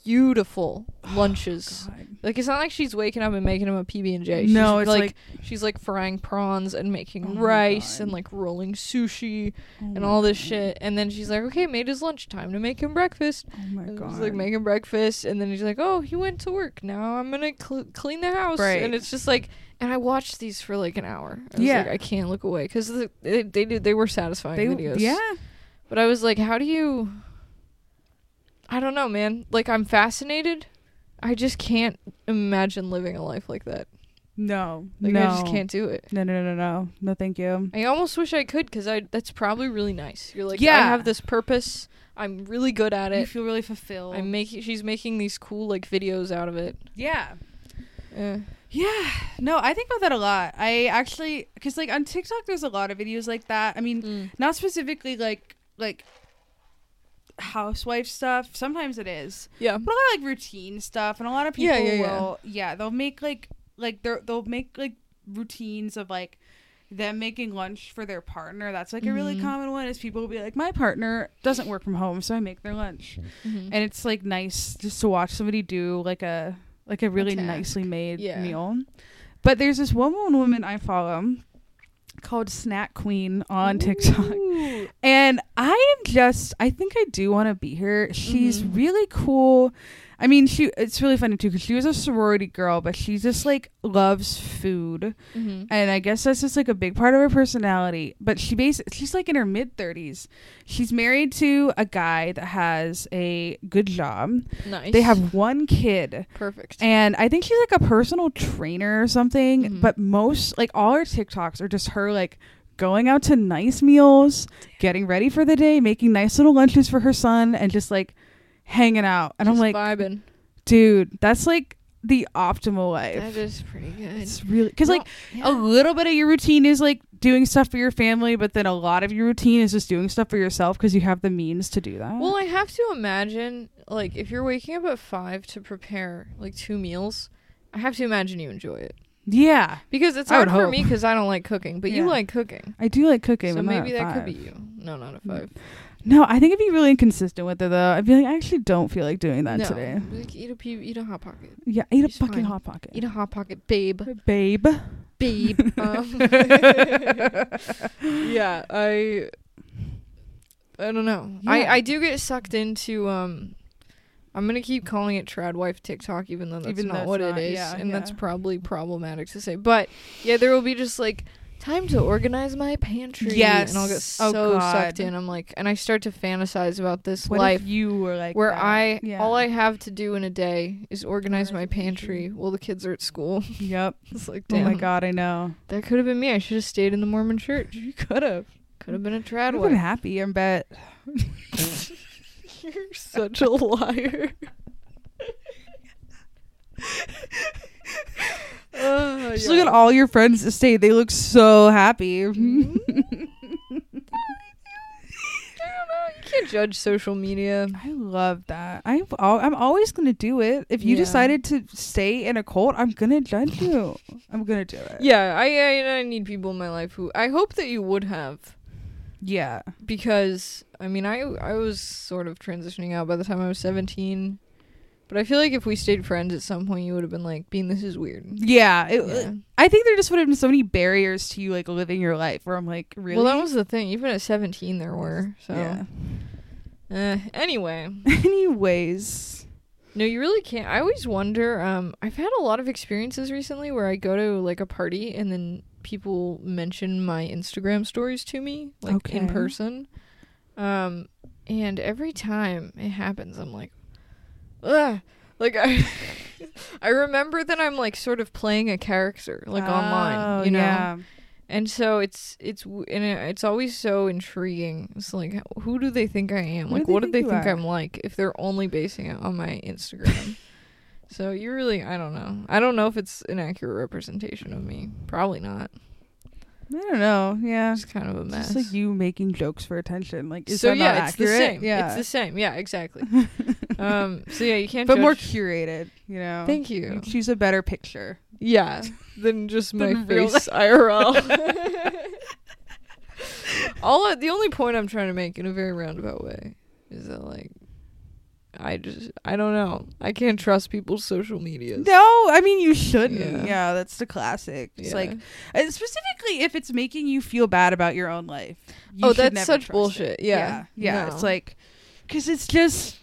A: beautiful
B: Oh,
A: lunches. like it's not like she's waking up and making him a PB and J.
B: No, it's like,
A: she's like frying prawns and making
B: Oh my
A: rice
B: God.
A: and like rolling sushi
B: oh
A: and all this shit. And then she's like, okay, made his lunch time to make him breakfast.
B: Oh my
A: And
B: god!
A: She's like making breakfast, and then he's like, oh, he went to work. Now I'm gonna cl- clean the house.
B: Right.
A: And it's just like, and I watched these for like an hour. I was
B: Yeah.
A: like, I can't look away because the, they, they did they were satisfying
B: they,
A: videos.
B: yeah,
A: But I was like, how do you? I don't know, man. Like I'm fascinated. I just can't imagine living a life like that.
B: no,
A: Like
B: no,
A: I just can't do it.
B: No, no, no, no, no. Thank you.
A: I almost wish I could because I that's probably really nice. You're like, yeah. I
B: Yeah.
A: have this purpose. I'm really good at
B: You
A: it.
B: feel really fulfilled.
A: I'm making. She's making these cool like videos out of it.
B: yeah.
A: Eh.
B: Yeah. No, I think about that a lot. I actually, because like on TikTok, there's a lot of videos like that. I mean,
A: Mm.
B: not specifically like like housewife stuff. Sometimes it is,
A: Yeah.
B: but a lot of like routine stuff, and a lot of people
A: Yeah, yeah, yeah.
B: will. Yeah, they'll make like like they're, they'll make like routines of like them making lunch for their partner. That's like a really
A: Mhm.
B: common one. Is people will be like, my partner doesn't work from home, so I make their lunch,
A: Mhm.
B: and it's like nice just to watch somebody do like a like a really
A: task.
B: nicely made
A: Yeah.
B: meal. But there's this one woman I follow called Snack Queen on TikTok.
A: Ooh.
B: And I am just, I think I do want to be her. She's
A: Mhm.
B: really cool. I mean, she it's really funny too because she was a sorority girl, but she just like loves food,
A: Mhm.
B: and I guess that's just like a big part of her personality. But she base she's like in her mid thirties. She's married to a guy that has a good job.
A: Nice.
B: They have one kid,
A: perfect.
B: and I think she's like a personal trainer or something.
A: Mhm.
B: But most, like all her TikToks, are just her like going out to nice meals, getting ready for the day, making nice little lunches for her son, and just like hanging out. And
A: Just
B: I'm like,
A: vibing.
B: dude, that's like the optimal
A: That
B: life.
A: is pretty good. Oh,
B: It's really because
A: No,
B: like
A: yeah.
B: a little bit of your routine is like doing stuff for your family, but then a lot of your routine is just doing stuff for yourself because you have the means to do that.
A: Well, I have to imagine, like, if you're waking up at five to prepare like two meals, I have to imagine you enjoy it
B: yeah,
A: because it's
B: I would
A: hard for
B: hope.
A: me because I don't like cooking, but you
B: Yeah.
A: like cooking,
B: I do like cooking.
A: so
B: but not
A: maybe
B: at
A: that could
B: five.
A: be you. No, not at
B: Mm.
A: five.
B: No, I think it'd be really inconsistent with it though. I'd be like, I actually don't feel like doing that
A: no,
B: today.
A: Like, eat a pe- eat a hot pocket.
B: Yeah, eat a
A: It's
B: fucking
A: fine.
B: hot pocket.
A: Eat a hot pocket, babe,
B: babe.
A: babe. um, yeah, I. I don't know. I
B: Yeah.
A: I do get sucked into um. I'm gonna keep calling it trad wife TikTok, even though that's
B: Even though
A: not
B: it's
A: what
B: not,
A: it is,
B: yeah,
A: and that's
B: yeah.
A: probably problematic to say. But yeah, there will be just like time to organize my pantry. and I'll get
B: Yes. Oh,
A: so sucked
B: God.
A: in. I'm like, and I start to fantasize about this
B: What
A: life
B: if you were like
A: where
B: that?
A: I
B: Yeah.
A: all I have to do in a day is organize
B: Organize
A: my
B: the pantry.
A: pantry while the kids are at school.
B: Yep.
A: it's like,
B: Oh
A: damn,
B: my god, I know.
A: that could have been me. I should have stayed in the Mormon church.
B: You could have.
A: Could have been a
B: I'd
A: trad
B: have
A: wife.
B: been happy. I bet.
A: You're such a liar. Uh,
B: Just
A: yeah.
B: look at all your friends that stayed. They look so happy.
A: Mm. I don't know. You can't judge social media.
B: I love that. I'm al- I'm always gonna do it. If you
A: Yeah.
B: decided to stay in a cult, I'm gonna judge you. I'm gonna do it.
A: Yeah, I, I I need people in my life who I hope that you would have
B: Yeah.
A: because I mean I I was sort of transitioning out by the time I was seventeen, but I feel like if we stayed friends at some point you would have been like, Bean, this is weird.
B: Yeah. It, uh,
A: Yeah.
B: I think there just would have been so many barriers to you like living your life where I'm like, really?
A: Well, that was the thing. Even at seventeen, there were so.
B: Yeah.
A: Eh, anyway.
B: Anyways.
A: No, you really can't. I always wonder. Um, I've had a lot of experiences recently where I go to like a party and then people mention my Instagram stories to me, like in
B: Okay.
A: person. Um, and every time it happens, I'm like, ugh. Like I, I remember that I'm like sort of playing a character like online, you know.
B: Oh, Yeah.
A: And so it's it's w- and it- it's always so intriguing. It's like who do they think I am?
B: Who
A: like
B: do they
A: what do they
B: think you
A: think
B: are?
A: I'm like if they're only basing it on my Instagram? so you really I don't know. I don't know if it's an accurate representation of me. Probably not.
B: I don't know. Yeah.
A: It's kind of a
B: It's
A: mess.
B: just like you making jokes for attention. Like, is
A: so
B: that
A: yeah,
B: not
A: it's
B: accurate?
A: the same.
B: Yeah.
A: It's the same. Yeah, exactly. um so yeah, you can't
B: but more
A: judge-
B: curated, you know.
A: Thank
B: You
A: you.
B: choose a better picture.
A: Yeah, than just my
B: Than real
A: face IRL. All I- the only point I'm trying to make in a very roundabout way is that like I just I don't know. I can't trust people's social medias.
B: No, I mean you shouldn't.
A: Yeah.
B: Yeah, that's the classic. Just
A: Yeah.
B: like and specifically if it's making you feel bad about your own life. you
A: Oh,
B: should
A: that's
B: never
A: such
B: trust it.
A: bullshit. Yeah.
B: yeah. yeah. It's
A: No.
B: like because it's just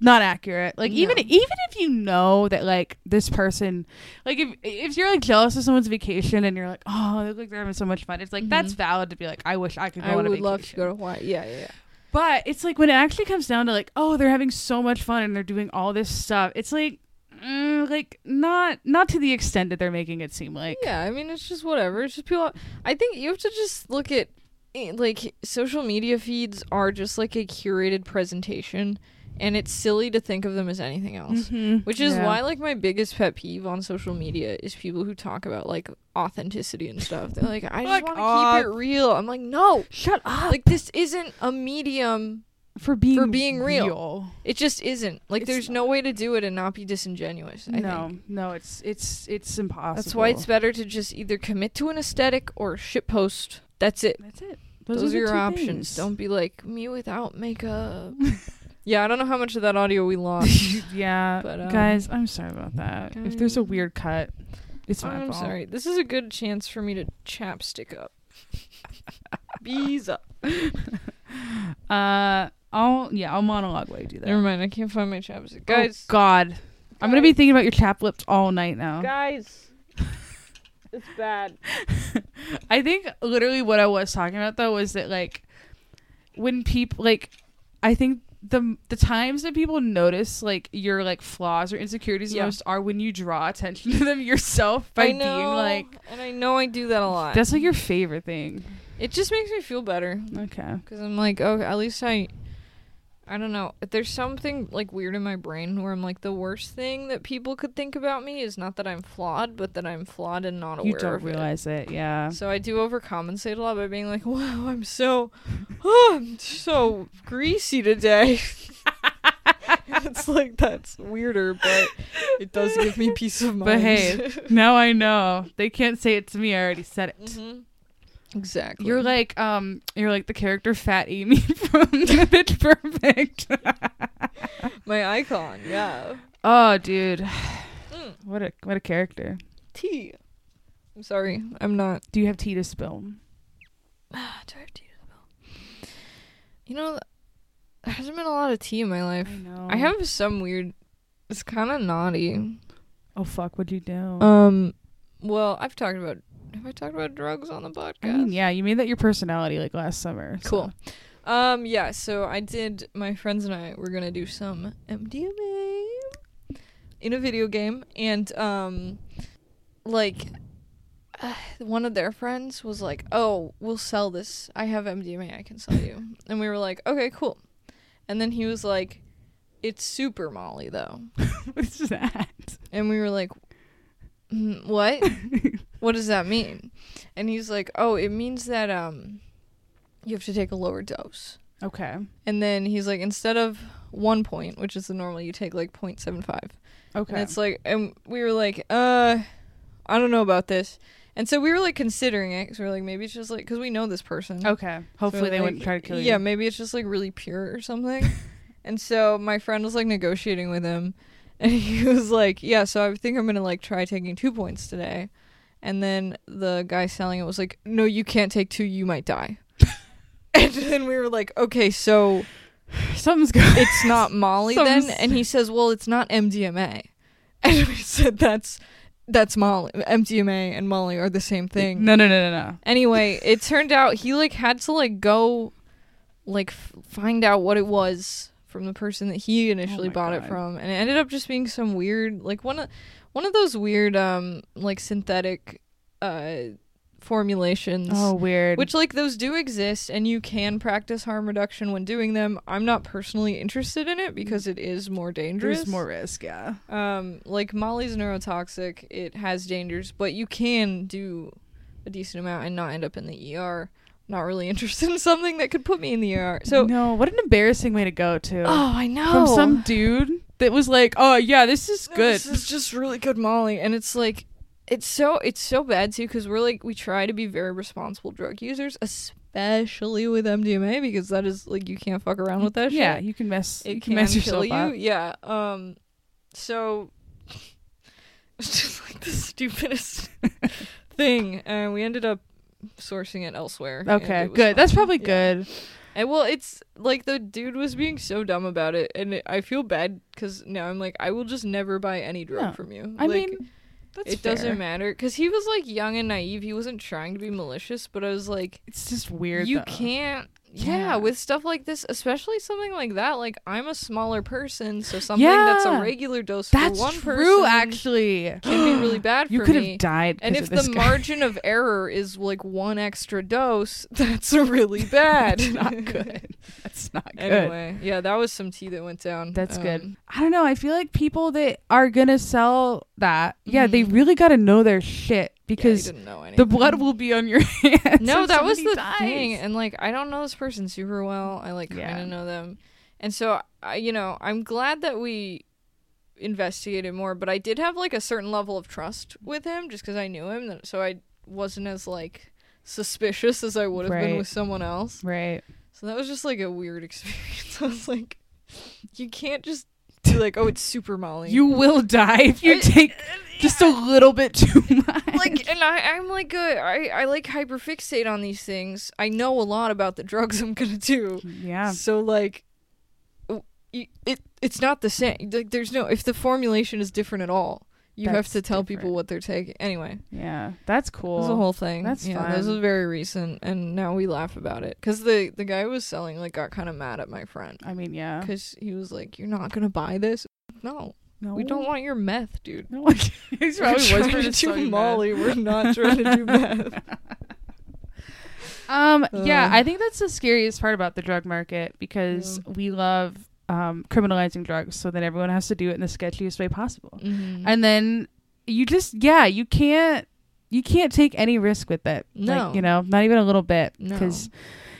B: not accurate. Like even
A: No.
B: even if you know that like this person, like if if you're like jealous of someone's vacation and you're like, oh, they look like they're having so much fun. It's like that's
A: Mhm.
B: valid to be like, I wish I could go
A: I
B: on
A: would
B: a vacation.
A: love to go to Hawaii. Yeah, yeah, yeah.
B: But it's like when it actually comes down to like, oh, they're having so much fun and they're doing all this stuff. It's like, mm, like not not to the extent that they're making it seem like.
A: Yeah, I mean it's just whatever. It's just people I think you have to just look at eh, like social media feeds are just like a curated presentation and it's silly to think of them as anything else.
B: Mm-hmm.
A: Which is why, like, my biggest pet peeve on social media is people who talk about like authenticity and stuff. They're like, I just
B: Fuck
A: want to
B: off.
A: keep it real. I'm like, no,
B: Shut up
A: like this isn't a medium.
B: for being
A: for being real. It just isn't. Like,
B: It's
A: there's no
B: not.
A: way to do it and not be disingenuous. I
B: no,
A: think.
B: no, it's it's it's impossible.
A: That's why it's better to just either commit to an aesthetic or shitpost. That's it.
B: That's it.
A: Those,
B: the
A: are your
B: two
A: options.
B: things.
A: Don't be like me without makeup. yeah, I don't know how much of that audio we lost.
B: yeah,
A: But, um,
B: guys, I'm sorry about that. If there's a
A: guys.
B: weird cut, it's my
A: I'm
B: fault.
A: sorry. This is a good chance for me to chapstick up. Bees up.
B: Uh, I'll yeah, I'll monologue while you do that.
A: Never mind. I can't find my chapstick.
B: Oh,
A: Guys.
B: God, I'm gonna be
A: guys,
B: thinking about your chap lips all night now.
A: Guys. it's bad.
B: I think literally what I was talking about though was that like when people like I think the the times that people notice like your like flaws or insecurities
A: Yeah.
B: most are when you draw attention to them yourself by
A: I know,
B: being like
A: And I know I do that a lot.
B: that's like your favorite thing.
A: it just makes me feel better.
B: Okay.
A: Because I'm like, oh, at least I. I don't know. There's something like weird in my brain where I'm like, the worst thing that people could think about me is not that I'm flawed, but that I'm flawed and not aware
B: You don't
A: of it.
B: realize it. Yeah.
A: So I do overcompensate a lot by being like, "Wow, I'm so, oh, I'm so greasy today." it's like that's weirder, but it does give me peace of mind.
B: But hey, now I know. They can't say it to me. I already said it.
A: Mhm. exactly.
B: You're like um you're like the character Fat Amy from The Bitch Perfect.
A: my icon. Yeah.
B: oh, dude.
A: Mm,
B: What a what a character.
A: tea. I'm sorry. I'm not.
B: Do you have tea to spill?
A: Ah, do I have tea as well? You know, there hasn't been a lot of tea in my life.
B: know.
A: I have some weird. It's kind of naughty.
B: Oh fuck! What'd you do?
A: Um, well, I've talked about have I talked about drugs on the podcast?
B: I mean, yeah, you made that your personality like last summer. so-
A: Cool. Um, yeah. So I did. My friends and I were gonna do some MDMA in a video game, and um, like. Uh, one of their friends was like, "Oh, we'll sell this. I have MDMA. I can sell you." And we were like, "Okay, cool." And then he was like, "It's super Molly, though."
B: What's that?
A: And we were like, "Mm, "What?" what does that mean? And he's like, oh, it means that um, you have to take a lower dose.
B: Okay.
A: And then he's like, instead of one point, which is the normal, you take like 0.75. And
B: Okay.
A: it's like, and we were like, uh, I don't know about this. And so we were like considering it because we were like, maybe it's just like, because we know this person.
B: okay.
A: So
B: Hopefully they
A: like,
B: wouldn't try to kill you.
A: Yeah, maybe it's just like really pure or something. and so my friend was like negotiating with him and he was like, Yeah, so I think I'm gonna like try taking two points today. And then the guy selling it was like, No, you can't take two, you might die. and then we were like, Okay, so
B: Something's good.
A: it's not Molly
B: Some
A: then?
B: s-
A: And he says, Well, it's not MDMA. And we said that's that's Molly MDMA and Molly are the same thing
B: No, no, no, no, no.
A: anyway it turned out he like had to like go like f- find out what it was from the person that he initially
B: my
A: bought it
B: God.
A: from and it ended up just being some weird like one of one of those weird um like synthetic uh formulations
B: Oh, weird.
A: which like those do exist and you can practice harm reduction when doing them i'm not personally interested in it because it is more dangerous
B: there's more risk. Yeah.
A: um, like Molly's neurotoxic, it has dangers, but you can do a decent amount and not end up in the ER. Not really interested in something that could put me in the ER. So,
B: no, what an embarrassing way to go to
A: oh, I know.
B: from some dude that was like, oh yeah, this is
A: No,
B: good.
A: This is just really good Molly, and it's like, it's so it's so bad too because we're like we try to be very responsible drug users, especially especially with MDMA because that is like you can't fuck around with that shit.
B: yeah, you can mess.
A: it
B: you
A: can
B: can mess
A: kill
B: yourself
A: you. Yeah.
B: up.
A: Um. So it's just like the stupidest thing, and we ended up sourcing it elsewhere. and
B: Okay,
A: it was
B: good. That's
A: fine.
B: probably
A: Yeah.
B: good.
A: And well, it's like the dude was being so dumb about it, and it, I feel bad because now I'm like, I will just never buy any drug
B: No,
A: from you.
B: I
A: Like,
B: mean, that's
A: it
B: fair.
A: doesn't matter because he was like young and naive. He wasn't trying to be malicious, but I was like,
B: It's just weird.
A: you
B: though.
A: can't. Yeah.
B: Yeah.
A: with stuff like this, especially something like that. Like I'm a smaller person, so something that's a
B: Yeah.
A: regular dose
B: That's
A: for one
B: true.
A: person
B: Actually,
A: can be really bad
B: you
A: for
B: could
A: me.
B: have died.
A: and
B: 'cause
A: if
B: of this
A: the
B: guy.
A: margin of error is like one extra dose, that's really bad.
B: that's not good. That's not good.
A: Anyway, yeah, that was some tea that went down.
B: That's good.
A: Um,
B: I don't know. I feel like people that are gonna sell that, yeah, they
A: Mhm.
B: really got to know their shit
A: yeah, you
B: because
A: didn't know anything.
B: the blood will be on your hands.
A: No,
B: if
A: that was
B: somebody
A: the
B: dies.
A: thing, and like I don't know this person super well. I like kind of
B: Yeah.
A: know them, and so I, you know, I'm glad that we investigated more. But I did have like a certain level of trust with him, just because I knew him, that- so I wasn't as like suspicious as I would have been
B: Right.
A: with someone else.
B: Right.
A: So that was just like a weird experience. I was like, you can't just be like, oh, it's super Molly.
B: You will die if you
A: I-
B: take just a little bit too much.
A: like and I, I'm like a, I, I like hyperfixate on these things. I know a lot about the drugs I'm gonna do.
B: yeah.
A: So like, w- y- it it's not the same. Like there's no if the formulation is different at all, you have
B: That's
A: to tell people
B: different.
A: what they're taking. Anyway,
B: Yeah. That's cool.
A: it was a whole thing.
B: That's
A: yeah, This was
B: fun.
A: very recent, and now we laugh about it because the the guy who was selling like got kind of mad at my friend
B: I mean, yeah.
A: because he was like, "You're not gonna buy this." No,
B: No.
A: we don't want your meth, dude.
B: No. He's
A: We're
B: probably was
A: trying
B: for
A: to
B: just
A: do
B: so mad.
A: Molly. We're not trying to do meth.
B: Um, yeah,
A: Ugh.
B: I think that's the scariest part about the drug market because we love um, criminalizing drugs so that everyone has to do it in the sketchiest way possible.
A: Mhm.
B: And then you just yeah, you can't you can't take any risk with it.
A: No.
B: Like, you know, not even a little bit
A: No.
B: cuz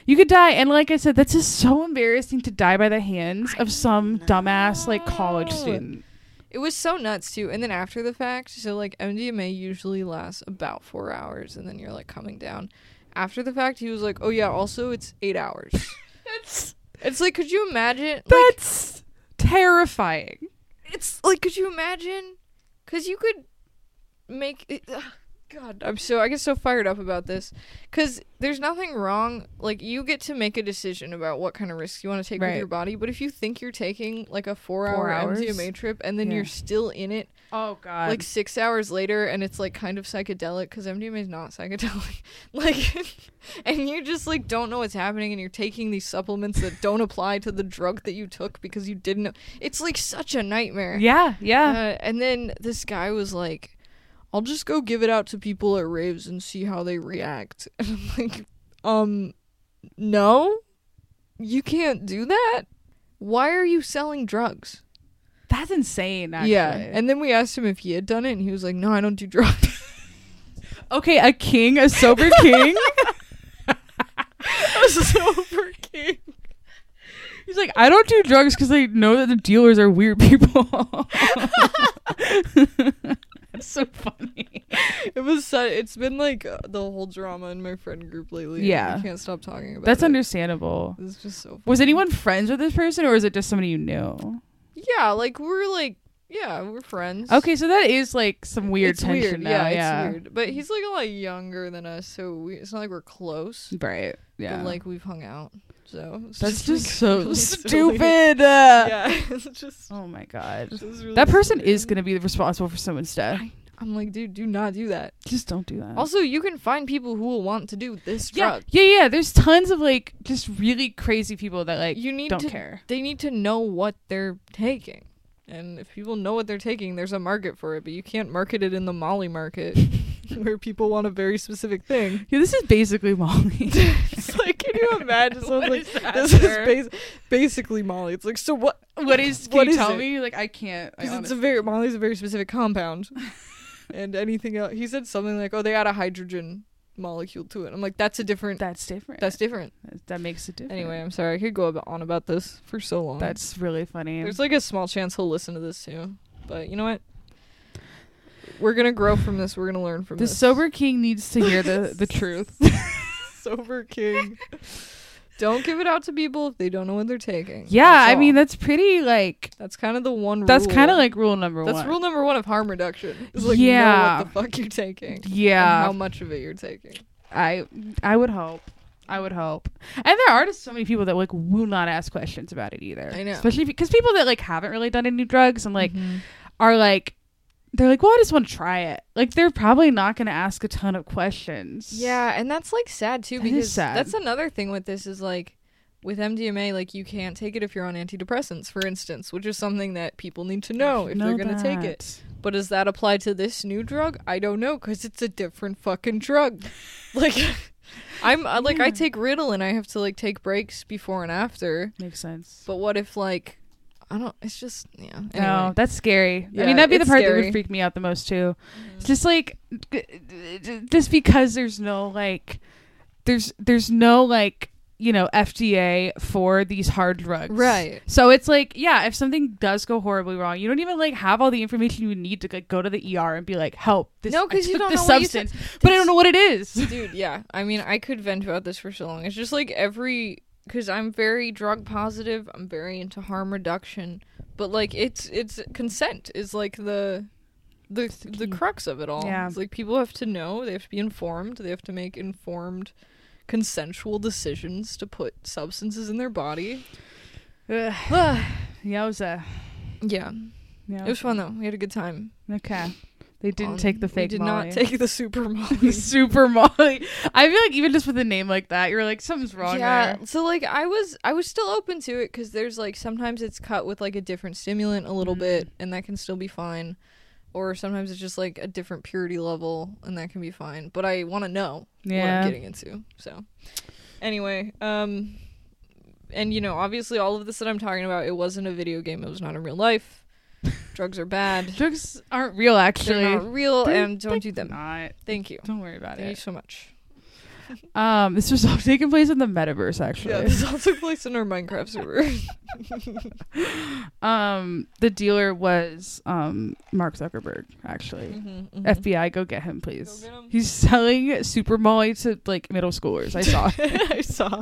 B: you could die and like I said that's just so embarrassing to die by the hands of some dumbass like college
A: know.
B: student.
A: It was so nuts too. And then after the fact, so like MDMA usually lasts about four hours, and then you're like coming down. After the fact, he was like, "Oh yeah, also it's eight hours."
B: That's
A: it's like, could you imagine? Like,
B: that's terrifying.
A: it's like, could you imagine? Because you could make. It, ugh, God, I'm so I get so fired up about this because there's nothing wrong. Like you get to make a decision about what kind of risks you want to take with
B: Right.
A: your body. But if you think you're taking like a
B: Four
A: four-hour
B: hours?
A: MDMA trip and then
B: Yeah.
A: you're still in it
B: Oh god.
A: like six hours later and it's like kind of psychedelic because mdma is not psychedelic like and you just like don't know what's happening and you're taking these supplements that don't apply to the drug that you took because you didn't know it's like such a nightmare uh,
B: yeah, yeah.
A: and then this guy was like i'll just go give it out to people at raves and see how they react and i'm like um no you can't do that why are you selling drugs
B: that's insane actually.
A: yeah, and then we asked him if he had done it, and he was like, "No, I don't do drugs."
B: Okay, a king, a sober king.
A: I was sober king.
B: He's like, I don't do drugs because I know that the dealers are weird people. That's so funny.
A: It was. su- It's been like uh, the whole drama in my friend group lately. and
B: Yeah.
A: I can't stop talking about.
B: That's
A: it.
B: understandable.
A: It's just so.
B: Was
A: funny.
B: anyone friends with this person, or is it just somebody you knew?
A: Yeah, like we're like yeah, we're friends.
B: Okay, so that is like some weird
A: it's
B: tension
A: weird.
B: now.
A: yeah,
B: Yeah,
A: it's weird. But he's like a lot younger than us, so we, it's not like we're close.
B: right? Yeah,
A: But like we've hung out, so it's
B: that's
A: like,
B: just so
A: really
B: stupid.
A: silly.
B: Uh,
A: Yeah, it's just.
B: Oh my god,
A: it's just really
B: that person
A: silly.
B: is gonna be responsible for someone's death.
A: I'm like, dude, do not do that.
B: Just don't do that.
A: Also, you can find people who will want to do this
B: yeah,
A: drug.
B: yeah, yeah. There's tons of like just really crazy people that like
A: You need
B: don't
A: to-
B: care.
A: They need to know what they're taking. And if people know what they're taking, there's a market for it, but you can't market it in the Molly market where people want a very specific thing.
B: Yeah, this is basically Molly.
A: It's like, can you imagine? Someone's
B: What
A: like,
B: is that,
A: this
B: sir?"
A: is bas- basically Molly. It's like, so what?
B: What is? Can
A: What
B: you
A: is
B: tell
A: it?
B: me? You're Like I can't. I
A: Because it's a
B: honest-
A: very, Molly's a very specific compound. and anything else. He said something like, oh, they add a hydrogen molecule to it. I'm like, that's a different,
B: that's different.
A: that's different.
B: That- that makes it different.
A: Anyway, I'm sorry. I could go ab- on about this for so long.
B: that's really funny.
A: There's like a small chance he'll listen to this too. But you know what? We're gonna grow from this. We're gonna learn from
B: the
A: this.
B: sober king needs to hear the the truth.
A: Sober King. don't give it out to people if they don't know what they're taking.
B: Yeah,
A: That's
B: I mean
A: all.
B: that's pretty like
A: that's kind of the one. Rule.
B: that's kind of like rule number
A: that's
B: one.
A: rule number one of harm reduction. Is like
B: Yeah.
A: know what the fuck you're taking. and
B: yeah,
A: how much of it you're taking.
B: I I would hope. I would hope. And there are just so many people that like will not ask questions about it either.
A: I know.
B: Especially because people that like haven't really done any drugs and like
A: Mm-hmm.
B: are like they're like, "Well, I just want to try it." Like they're probably not going to ask a ton of questions.
A: Yeah, and that's like sad too
B: That is
A: because
B: sad.
A: that's another thing with this is like with MDMA, like you can't take it if you're on antidepressants, for instance, which is something that people need to know if they're going to take it. But does that apply to this new drug? I don't know because it's a different fucking drug. Like, I'm uh, like I
B: Yeah.
A: take Ritalin, I have to like take breaks before and after.
B: Makes sense.
A: But what if like I don't? It's just yeah. Anyway.
B: No, that's scary. I
A: Yeah,
B: mean, that'd be the
A: it's
B: part that
A: scary. Mm-hmm.
B: would freak me out the most too. It's just like, just because there's no like, there's there's no like, you know, FDA for these hard drugs,
A: Right.
B: So it's like, yeah, if something does go horribly wrong, you don't even like have all the information you would need to like, go to the ER and be like, help. This,
A: No,
B: I
A: 'cause you
B: took
A: don't
B: this
A: know what you
B: substance, but I don't know what it is.
A: dude yeah i mean i could vent about this for so long it's just like every because i'm very drug positive i'm very into harm reduction but like it's it's consent is like the the
B: the
A: the
B: key.
A: crux of it all
B: Yeah.
A: it's like people have to know they have to be informed they have to make informed consensual decisions to put substances in their body
B: Ugh. Yowza.
A: yeah
B: Yeah.
A: it was fun though we had a good time
B: Okay. They didn't
A: Um,
B: take the fake.
A: we did
B: Molly.
A: not take the super
B: The
A: molly
B: Super Molly. I feel like even just with a name like that, you're like something's wrong
A: yeah
B: there.
A: so like i was i was still open to it because there's like sometimes it's cut with like a different stimulant a little
B: Mm.
A: bit and that can still be fine or sometimes it's just like a different purity level and that can be fine but i want to know what i'm
B: Yeah.
A: getting into so anyway um and you know obviously all of this that i'm talking about it wasn't a video game it was not in real life drugs are bad
B: Drugs aren't real,
A: they're
B: actually.
A: not real
B: They're-
A: and don't do them
B: Not.
A: thank you
B: Don't worry about
A: thank you
B: it.
A: so much
B: Um, this was all taking place in the metaverse, actually.
A: yeah this all took place in our minecraft server
B: Um, the dealer was um Mark Zuckerberg, actually.
A: Mhm, mhm.
B: FBI, go get him, please.
A: Go get him.
B: He's selling Super Molly to like middle schoolers. I saw.
A: I saw.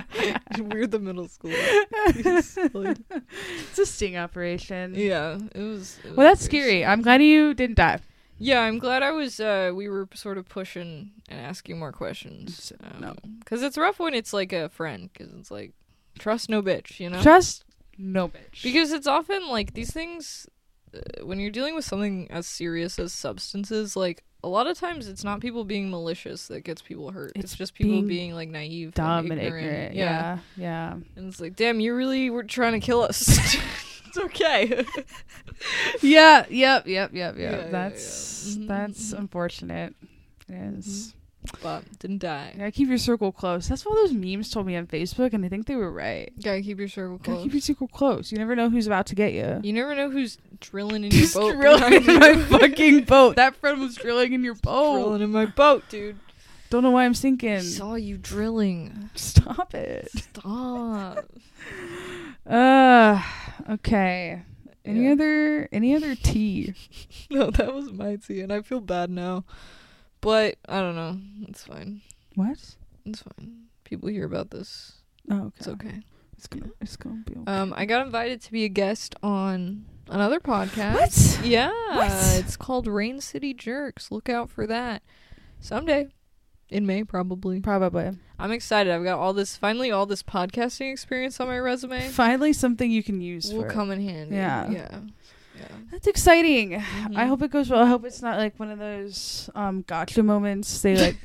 A: We're the middle school.
B: it's a sting operation.
A: yeah, it was. it was
B: Well, that's
A: very
B: scary.
A: sad.
B: I'm glad you didn't die.
A: Yeah, I'm glad I was. Uh, we were sort of pushing and asking more questions. Um,
B: no.
A: because it's rough when it's like a friend. Because it's like trust no bitch, you know.
B: Trust no bitch.
A: because it's often like these things. Uh, when you're dealing with something as serious as substances, like a lot of times it's not people being malicious that gets people hurt. It's,
B: It's
A: just people
B: being
A: being, like naive,
B: dumb and
A: ignorant.
B: ignorant.
A: yeah.
B: Yeah. yeah,
A: And it's like, damn, you really were trying to kill us. it's okay.
B: yeah, Mm-hmm, yep, yep, yep,
A: Yeah, yeah,
B: yep. That's
A: yeah. Mhm,
B: that's
A: mhm.
B: unfortunate. It is.
A: but didn't die.
B: Gotta keep your circle close. That's what those memes told me on Facebook, and I think they were right.
A: Gotta keep your circle
B: Gotta
A: close.
B: keep your circle close. You never know who's about to get you.
A: you never know who's drilling in your
B: Just
A: boat.
B: drilling
A: behind
B: in my
A: you.
B: fucking boat. That friend was drilling in your boat.
A: Drilling in my boat, dude.
B: Don't know why I'm sinking.
A: Saw you drilling.
B: Stop it.
A: Stop.
B: Uh, okay. Any
A: Yeah.
B: other any other tea?
A: no, that was my tea, and I feel bad now. But I don't know. It's fine.
B: What?
A: It's fine. People hear about this.
B: Oh,
A: It's
B: okay.
A: okay.
B: It's gonna it's gonna be. Okay.
A: Um, I got invited to be a guest on another podcast.
B: what?
A: Yeah,
B: What?
A: it's called Rain City Jerks. Look out for that someday in May, probably.
B: Probably.
A: I'm excited. I've got all this finally all this podcasting experience on my resume.
B: Finally, something you can use
A: Will
B: for.
A: come in handy.
B: Yeah.
A: yeah, yeah.
B: That's exciting. I
A: Mhm.
B: hope it goes well. I hope it's not like one of those um gotcha moments. They like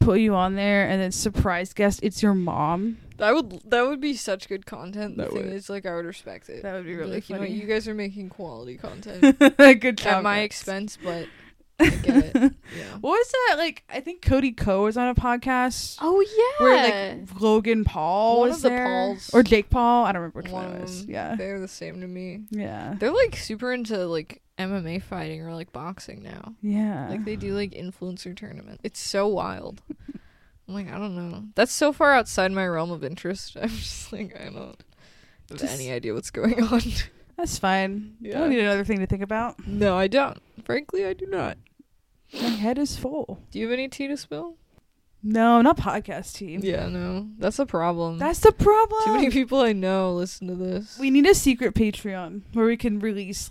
B: put you on there and then surprise guest. It's your mom.
A: that would that would be such good content. The
B: That
A: thing
B: would.
A: is, like, I would respect it.
B: That would be
A: Be
B: really
A: like, you know,
B: funny.
A: you guys are making quality content
B: Good job.
A: at my
B: guys.
A: expense, but I get it. Yeah.
B: What was that like? I think Cody Co was on a podcast
A: Oh yeah,
B: where like Logan Paul
A: One
B: was
A: of the
B: there
A: Pauls.
B: or Jake Paul. I don't remember which one,
A: One
B: it
A: of
B: was.
A: them.
B: Yeah,
A: Um, they're the same to me.
B: yeah,
A: They're like super into like MMA fighting or like boxing now.
B: yeah.
A: Like they do like influencer tournament. It's so wild. I'm like, I don't know. That's so far outside my realm of interest. I'm just like, I don't have
B: Just-
A: any idea what's going on.
B: That's fine. I
A: Yeah.
B: don't need another thing to think about.
A: no, I don't. Frankly, I do not.
B: My head is full.
A: Do you have any tea to spill?
B: No, not podcast team.
A: Yeah, no, that's a problem.
B: That's the problem.
A: Too many people I know listen to this.
B: we need a secret Patreon where we can release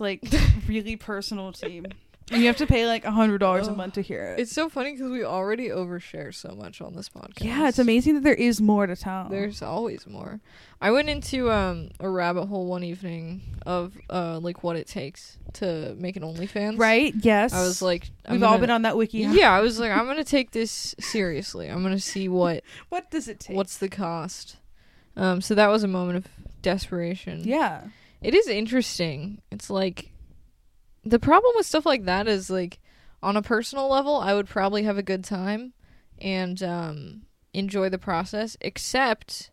B: like really personal team. And you have to pay like a hundred dollars a
A: Ugh.
B: month to hear it.
A: it's so funny because we already overshare so much on this podcast.
B: yeah, it's amazing that there is more to tell.
A: There's always more. I went into um a rabbit hole one evening of uh like what it takes to make an OnlyFans.
B: right? Yes.
A: I was like,
B: we've
A: I'm
B: all
A: gonna-
B: been on that wiki.
A: Yeah. I was like, I'm gonna take this seriously. I'm gonna see what
B: What does it take?
A: what's the cost. Um, so that was a moment of desperation.
B: yeah?
A: it is interesting. It's like the problem with stuff like that is like on a personal level, I would probably have a good time and um, enjoy the process, except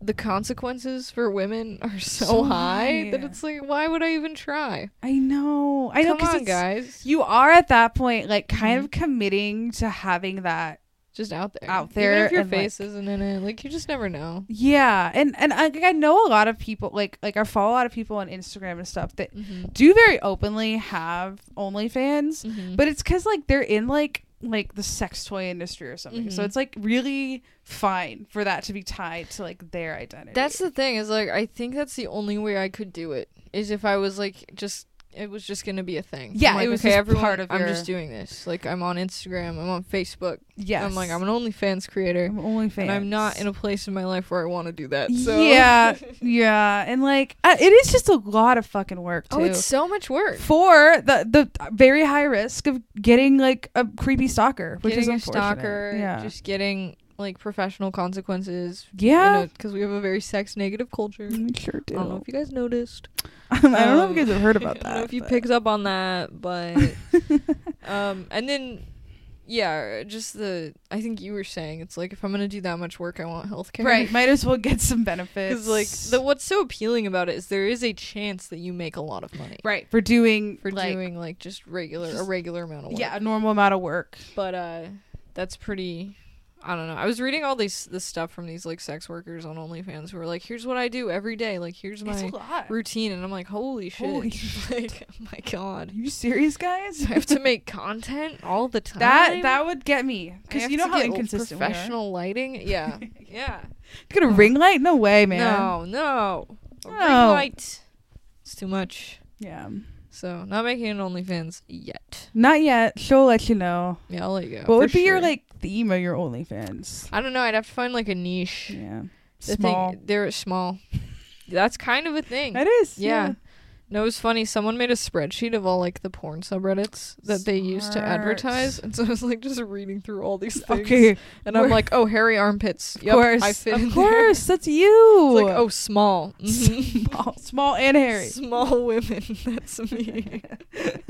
A: the consequences for women are so,
B: So
A: high, that
B: high.
A: it's like, why would I even try?
B: I know. I know.
A: Come
B: 'cause
A: on,
B: it's-
A: guys, Mm-hmm.
B: You are at that point, like kind of committing to having that
A: just out there,
B: out
A: Even
B: there
A: if your
B: and, like-
A: face isn't in it, like you just never know.
B: Yeah, and and I, like, I know a lot of people like like I follow a lot of people on Instagram and stuff that
A: Mm-hmm.
B: do very openly have OnlyFans,
A: Mm-hmm.
B: but it's because like they're in like like the sex toy industry or something, so
A: Mhm.
B: it's like really fine for that to be tied to like their identity.
A: That's the thing is like I think that's the only way I could do it is if I was like just it was just gonna be a thing.
B: Yeah,
A: I'm like,
B: it was
A: okay,
B: just
A: everyone,
B: part of
A: I'm
B: your-
A: just doing this. Like I'm on Instagram, I'm on Facebook.
B: yes.
A: I'm like I'm an OnlyFans creator,
B: I'm OnlyFans,
A: and I'm not in a place in my life where I want to do that. So
B: Yeah, yeah, and like I, it is just a lot of fucking work. Too.
A: oh, it's so much work.
B: for the the very high risk of getting like a creepy stalker, which
A: getting
B: is
A: a
B: unfortunate.
A: stalker,
B: Yeah,
A: just getting like professional consequences.
B: yeah.
A: because we have a very sex negative culture.
B: We sure
A: I don't know if you guys noticed.
B: I don't know if you
A: Um,
B: guys have heard about that.
A: I don't know if you
B: but-
A: picked up on that, but um, and then yeah, just the I think you were saying it's like if I'm gonna do that much work, I want healthcare,
B: right, might as well get some benefits.
A: Because like the what's so appealing about it is there is a chance that you make a lot of money
B: right for doing
A: for
B: like,
A: doing like just regular a
B: just-
A: regular amount of work.
B: yeah a normal amount of work.
A: but uh, that's pretty. I don't know. I was reading all these this stuff from these like sex workers on OnlyFans who are like, "Here's what I do every day. Like, here's my
B: lot.
A: routine," and I'm like, "Holy shit!
B: Holy
A: like, oh my god."
B: Are you serious, guys?
A: I have to make content all the time.
B: that that would get me
A: I
B: because
A: have
B: you know
A: to
B: how
A: get
B: inconsistent we are.
A: professional lighting. Yeah, yeah.
B: Get a ring light? No way, man.
A: No, no. A ring
B: No.
A: light. It's too much.
B: Yeah,
A: So not making an OnlyFans yet.
B: not yet. She'll let you know.
A: Yeah, I'll let you go.
B: what
A: Oh, for
B: would be your
A: sure.
B: like theme of your OnlyFans?
A: I don't know. I'd have to find like a niche.
B: Yeah,
A: The
B: small.
A: Thing, they're small. That's kind of a thing.
B: That is.
A: yeah. No, it was funny. Someone made a spreadsheet of all like the porn subreddits that they used to
B: Smart.
A: advertise, and so I was like just reading through all these things.
B: Okay.
A: And I'm
B: We're-
A: like, oh, hairy armpits.
B: Of
A: Yep,
B: course.
A: I fit
B: of
A: in there.
B: course. That's you.
A: It's like, oh, small. Mhm.
B: small, small and hairy.
A: Small women. That's me.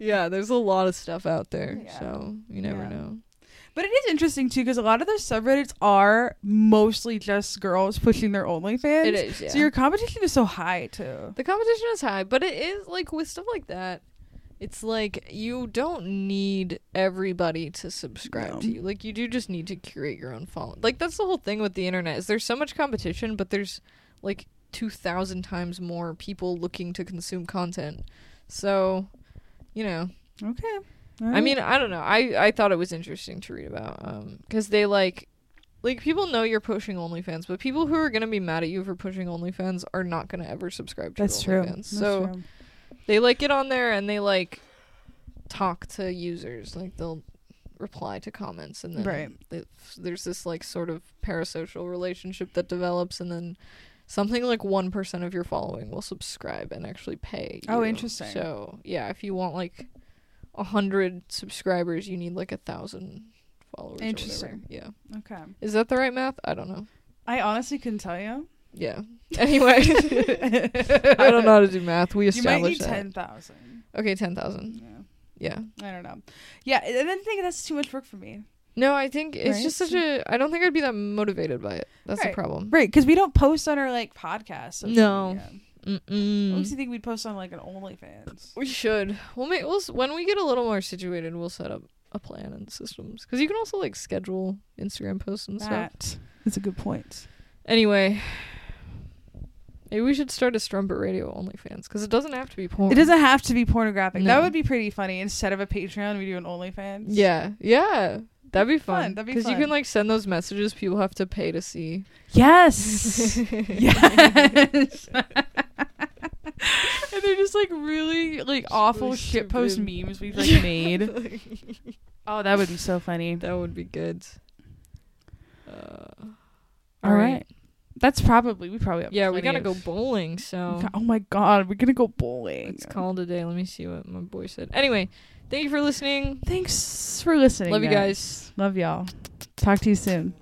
A: yeah, there's a lot of stuff out there.
B: Yeah.
A: So you never
B: Yeah.
A: know.
B: But it is interesting too because a lot of those subreddits are mostly just girls pushing their OnlyFans.
A: It is. Yeah.
B: So your competition is so high too.
A: the competition is high, but it is like with stuff like that. It's like you don't need everybody to subscribe
B: No.
A: to you. Like you do just need to curate your own following. Like that's the whole thing with the internet is there's so much competition, but there's like two thousand times more people looking to consume content. So, you know,
B: Okay.
A: I mean, I don't know. I I thought it was interesting to read about um cuz they like like people know you're pushing OnlyFans, but people who are going to be mad at you for pushing OnlyFans are not going to ever subscribe to
B: that's
A: your
B: true.
A: OnlyFans.
B: That's
A: so
B: true.
A: they like get on there and they like talk to users, like they'll reply to comments and then
B: Right.
A: they- there's this like sort of parasocial relationship that develops and then something like 1% of your following will subscribe and actually pay
B: Oh,
A: you.
B: interesting.
A: so yeah if you want like a hundred subscribers you need like a thousand followers or whatever.
B: Interesting.
A: yeah
B: okay.
A: is that the right math i don't know
B: I honestly couldn't tell you.
A: yeah anyway i don't know how to do math we
B: You might
A: established
B: need
A: that
B: ten thousand.
A: okay 10000
B: Yeah.
A: yeah
B: I don't know. Yeah, and then think that's too much work for me.
A: no i think it's
B: Right.
A: just such a i don't think i'd be that motivated by it that's
B: Right.
A: the problem
B: Right, because we don't post on our like podcast. social
A: No. Mm.
B: media. I
A: Mm-mm.
B: obviously think we'd post on like an OnlyFans.
A: We should. We'll make. We'll s- when we get a little more situated, we'll set up a plan and systems because you can also like schedule Instagram posts and stuff.
B: That is a good point.
A: Anyway, maybe we should start a Strumpet Radio OnlyFans because it doesn't have to be porn.
B: It doesn't have to be pornographic. That
A: No.
B: would be pretty funny. Instead of a Patreon, we do an OnlyFans.
A: Yeah, yeah. That'd be fun.
B: That'd be
A: Because you
B: fun.
A: can like send those messages people have to pay to see.
B: Yes. yes. and they're just like really like awful
A: really
B: shitpost
A: stupid.
B: memes we've like made. Oh, that would be so funny.
A: that would be good. Uh,
B: All right. That's probably we probably have
A: Yeah, we
B: plenty
A: gotta go
B: of-
A: bowling. So
B: Oh my god, we're gonna go bowling.
A: it's called a day. Let me see what my boy said. Anyway, thank you for listening.
B: Thanks for listening.
A: Love you guys.
B: Love y'all. Talk to you soon.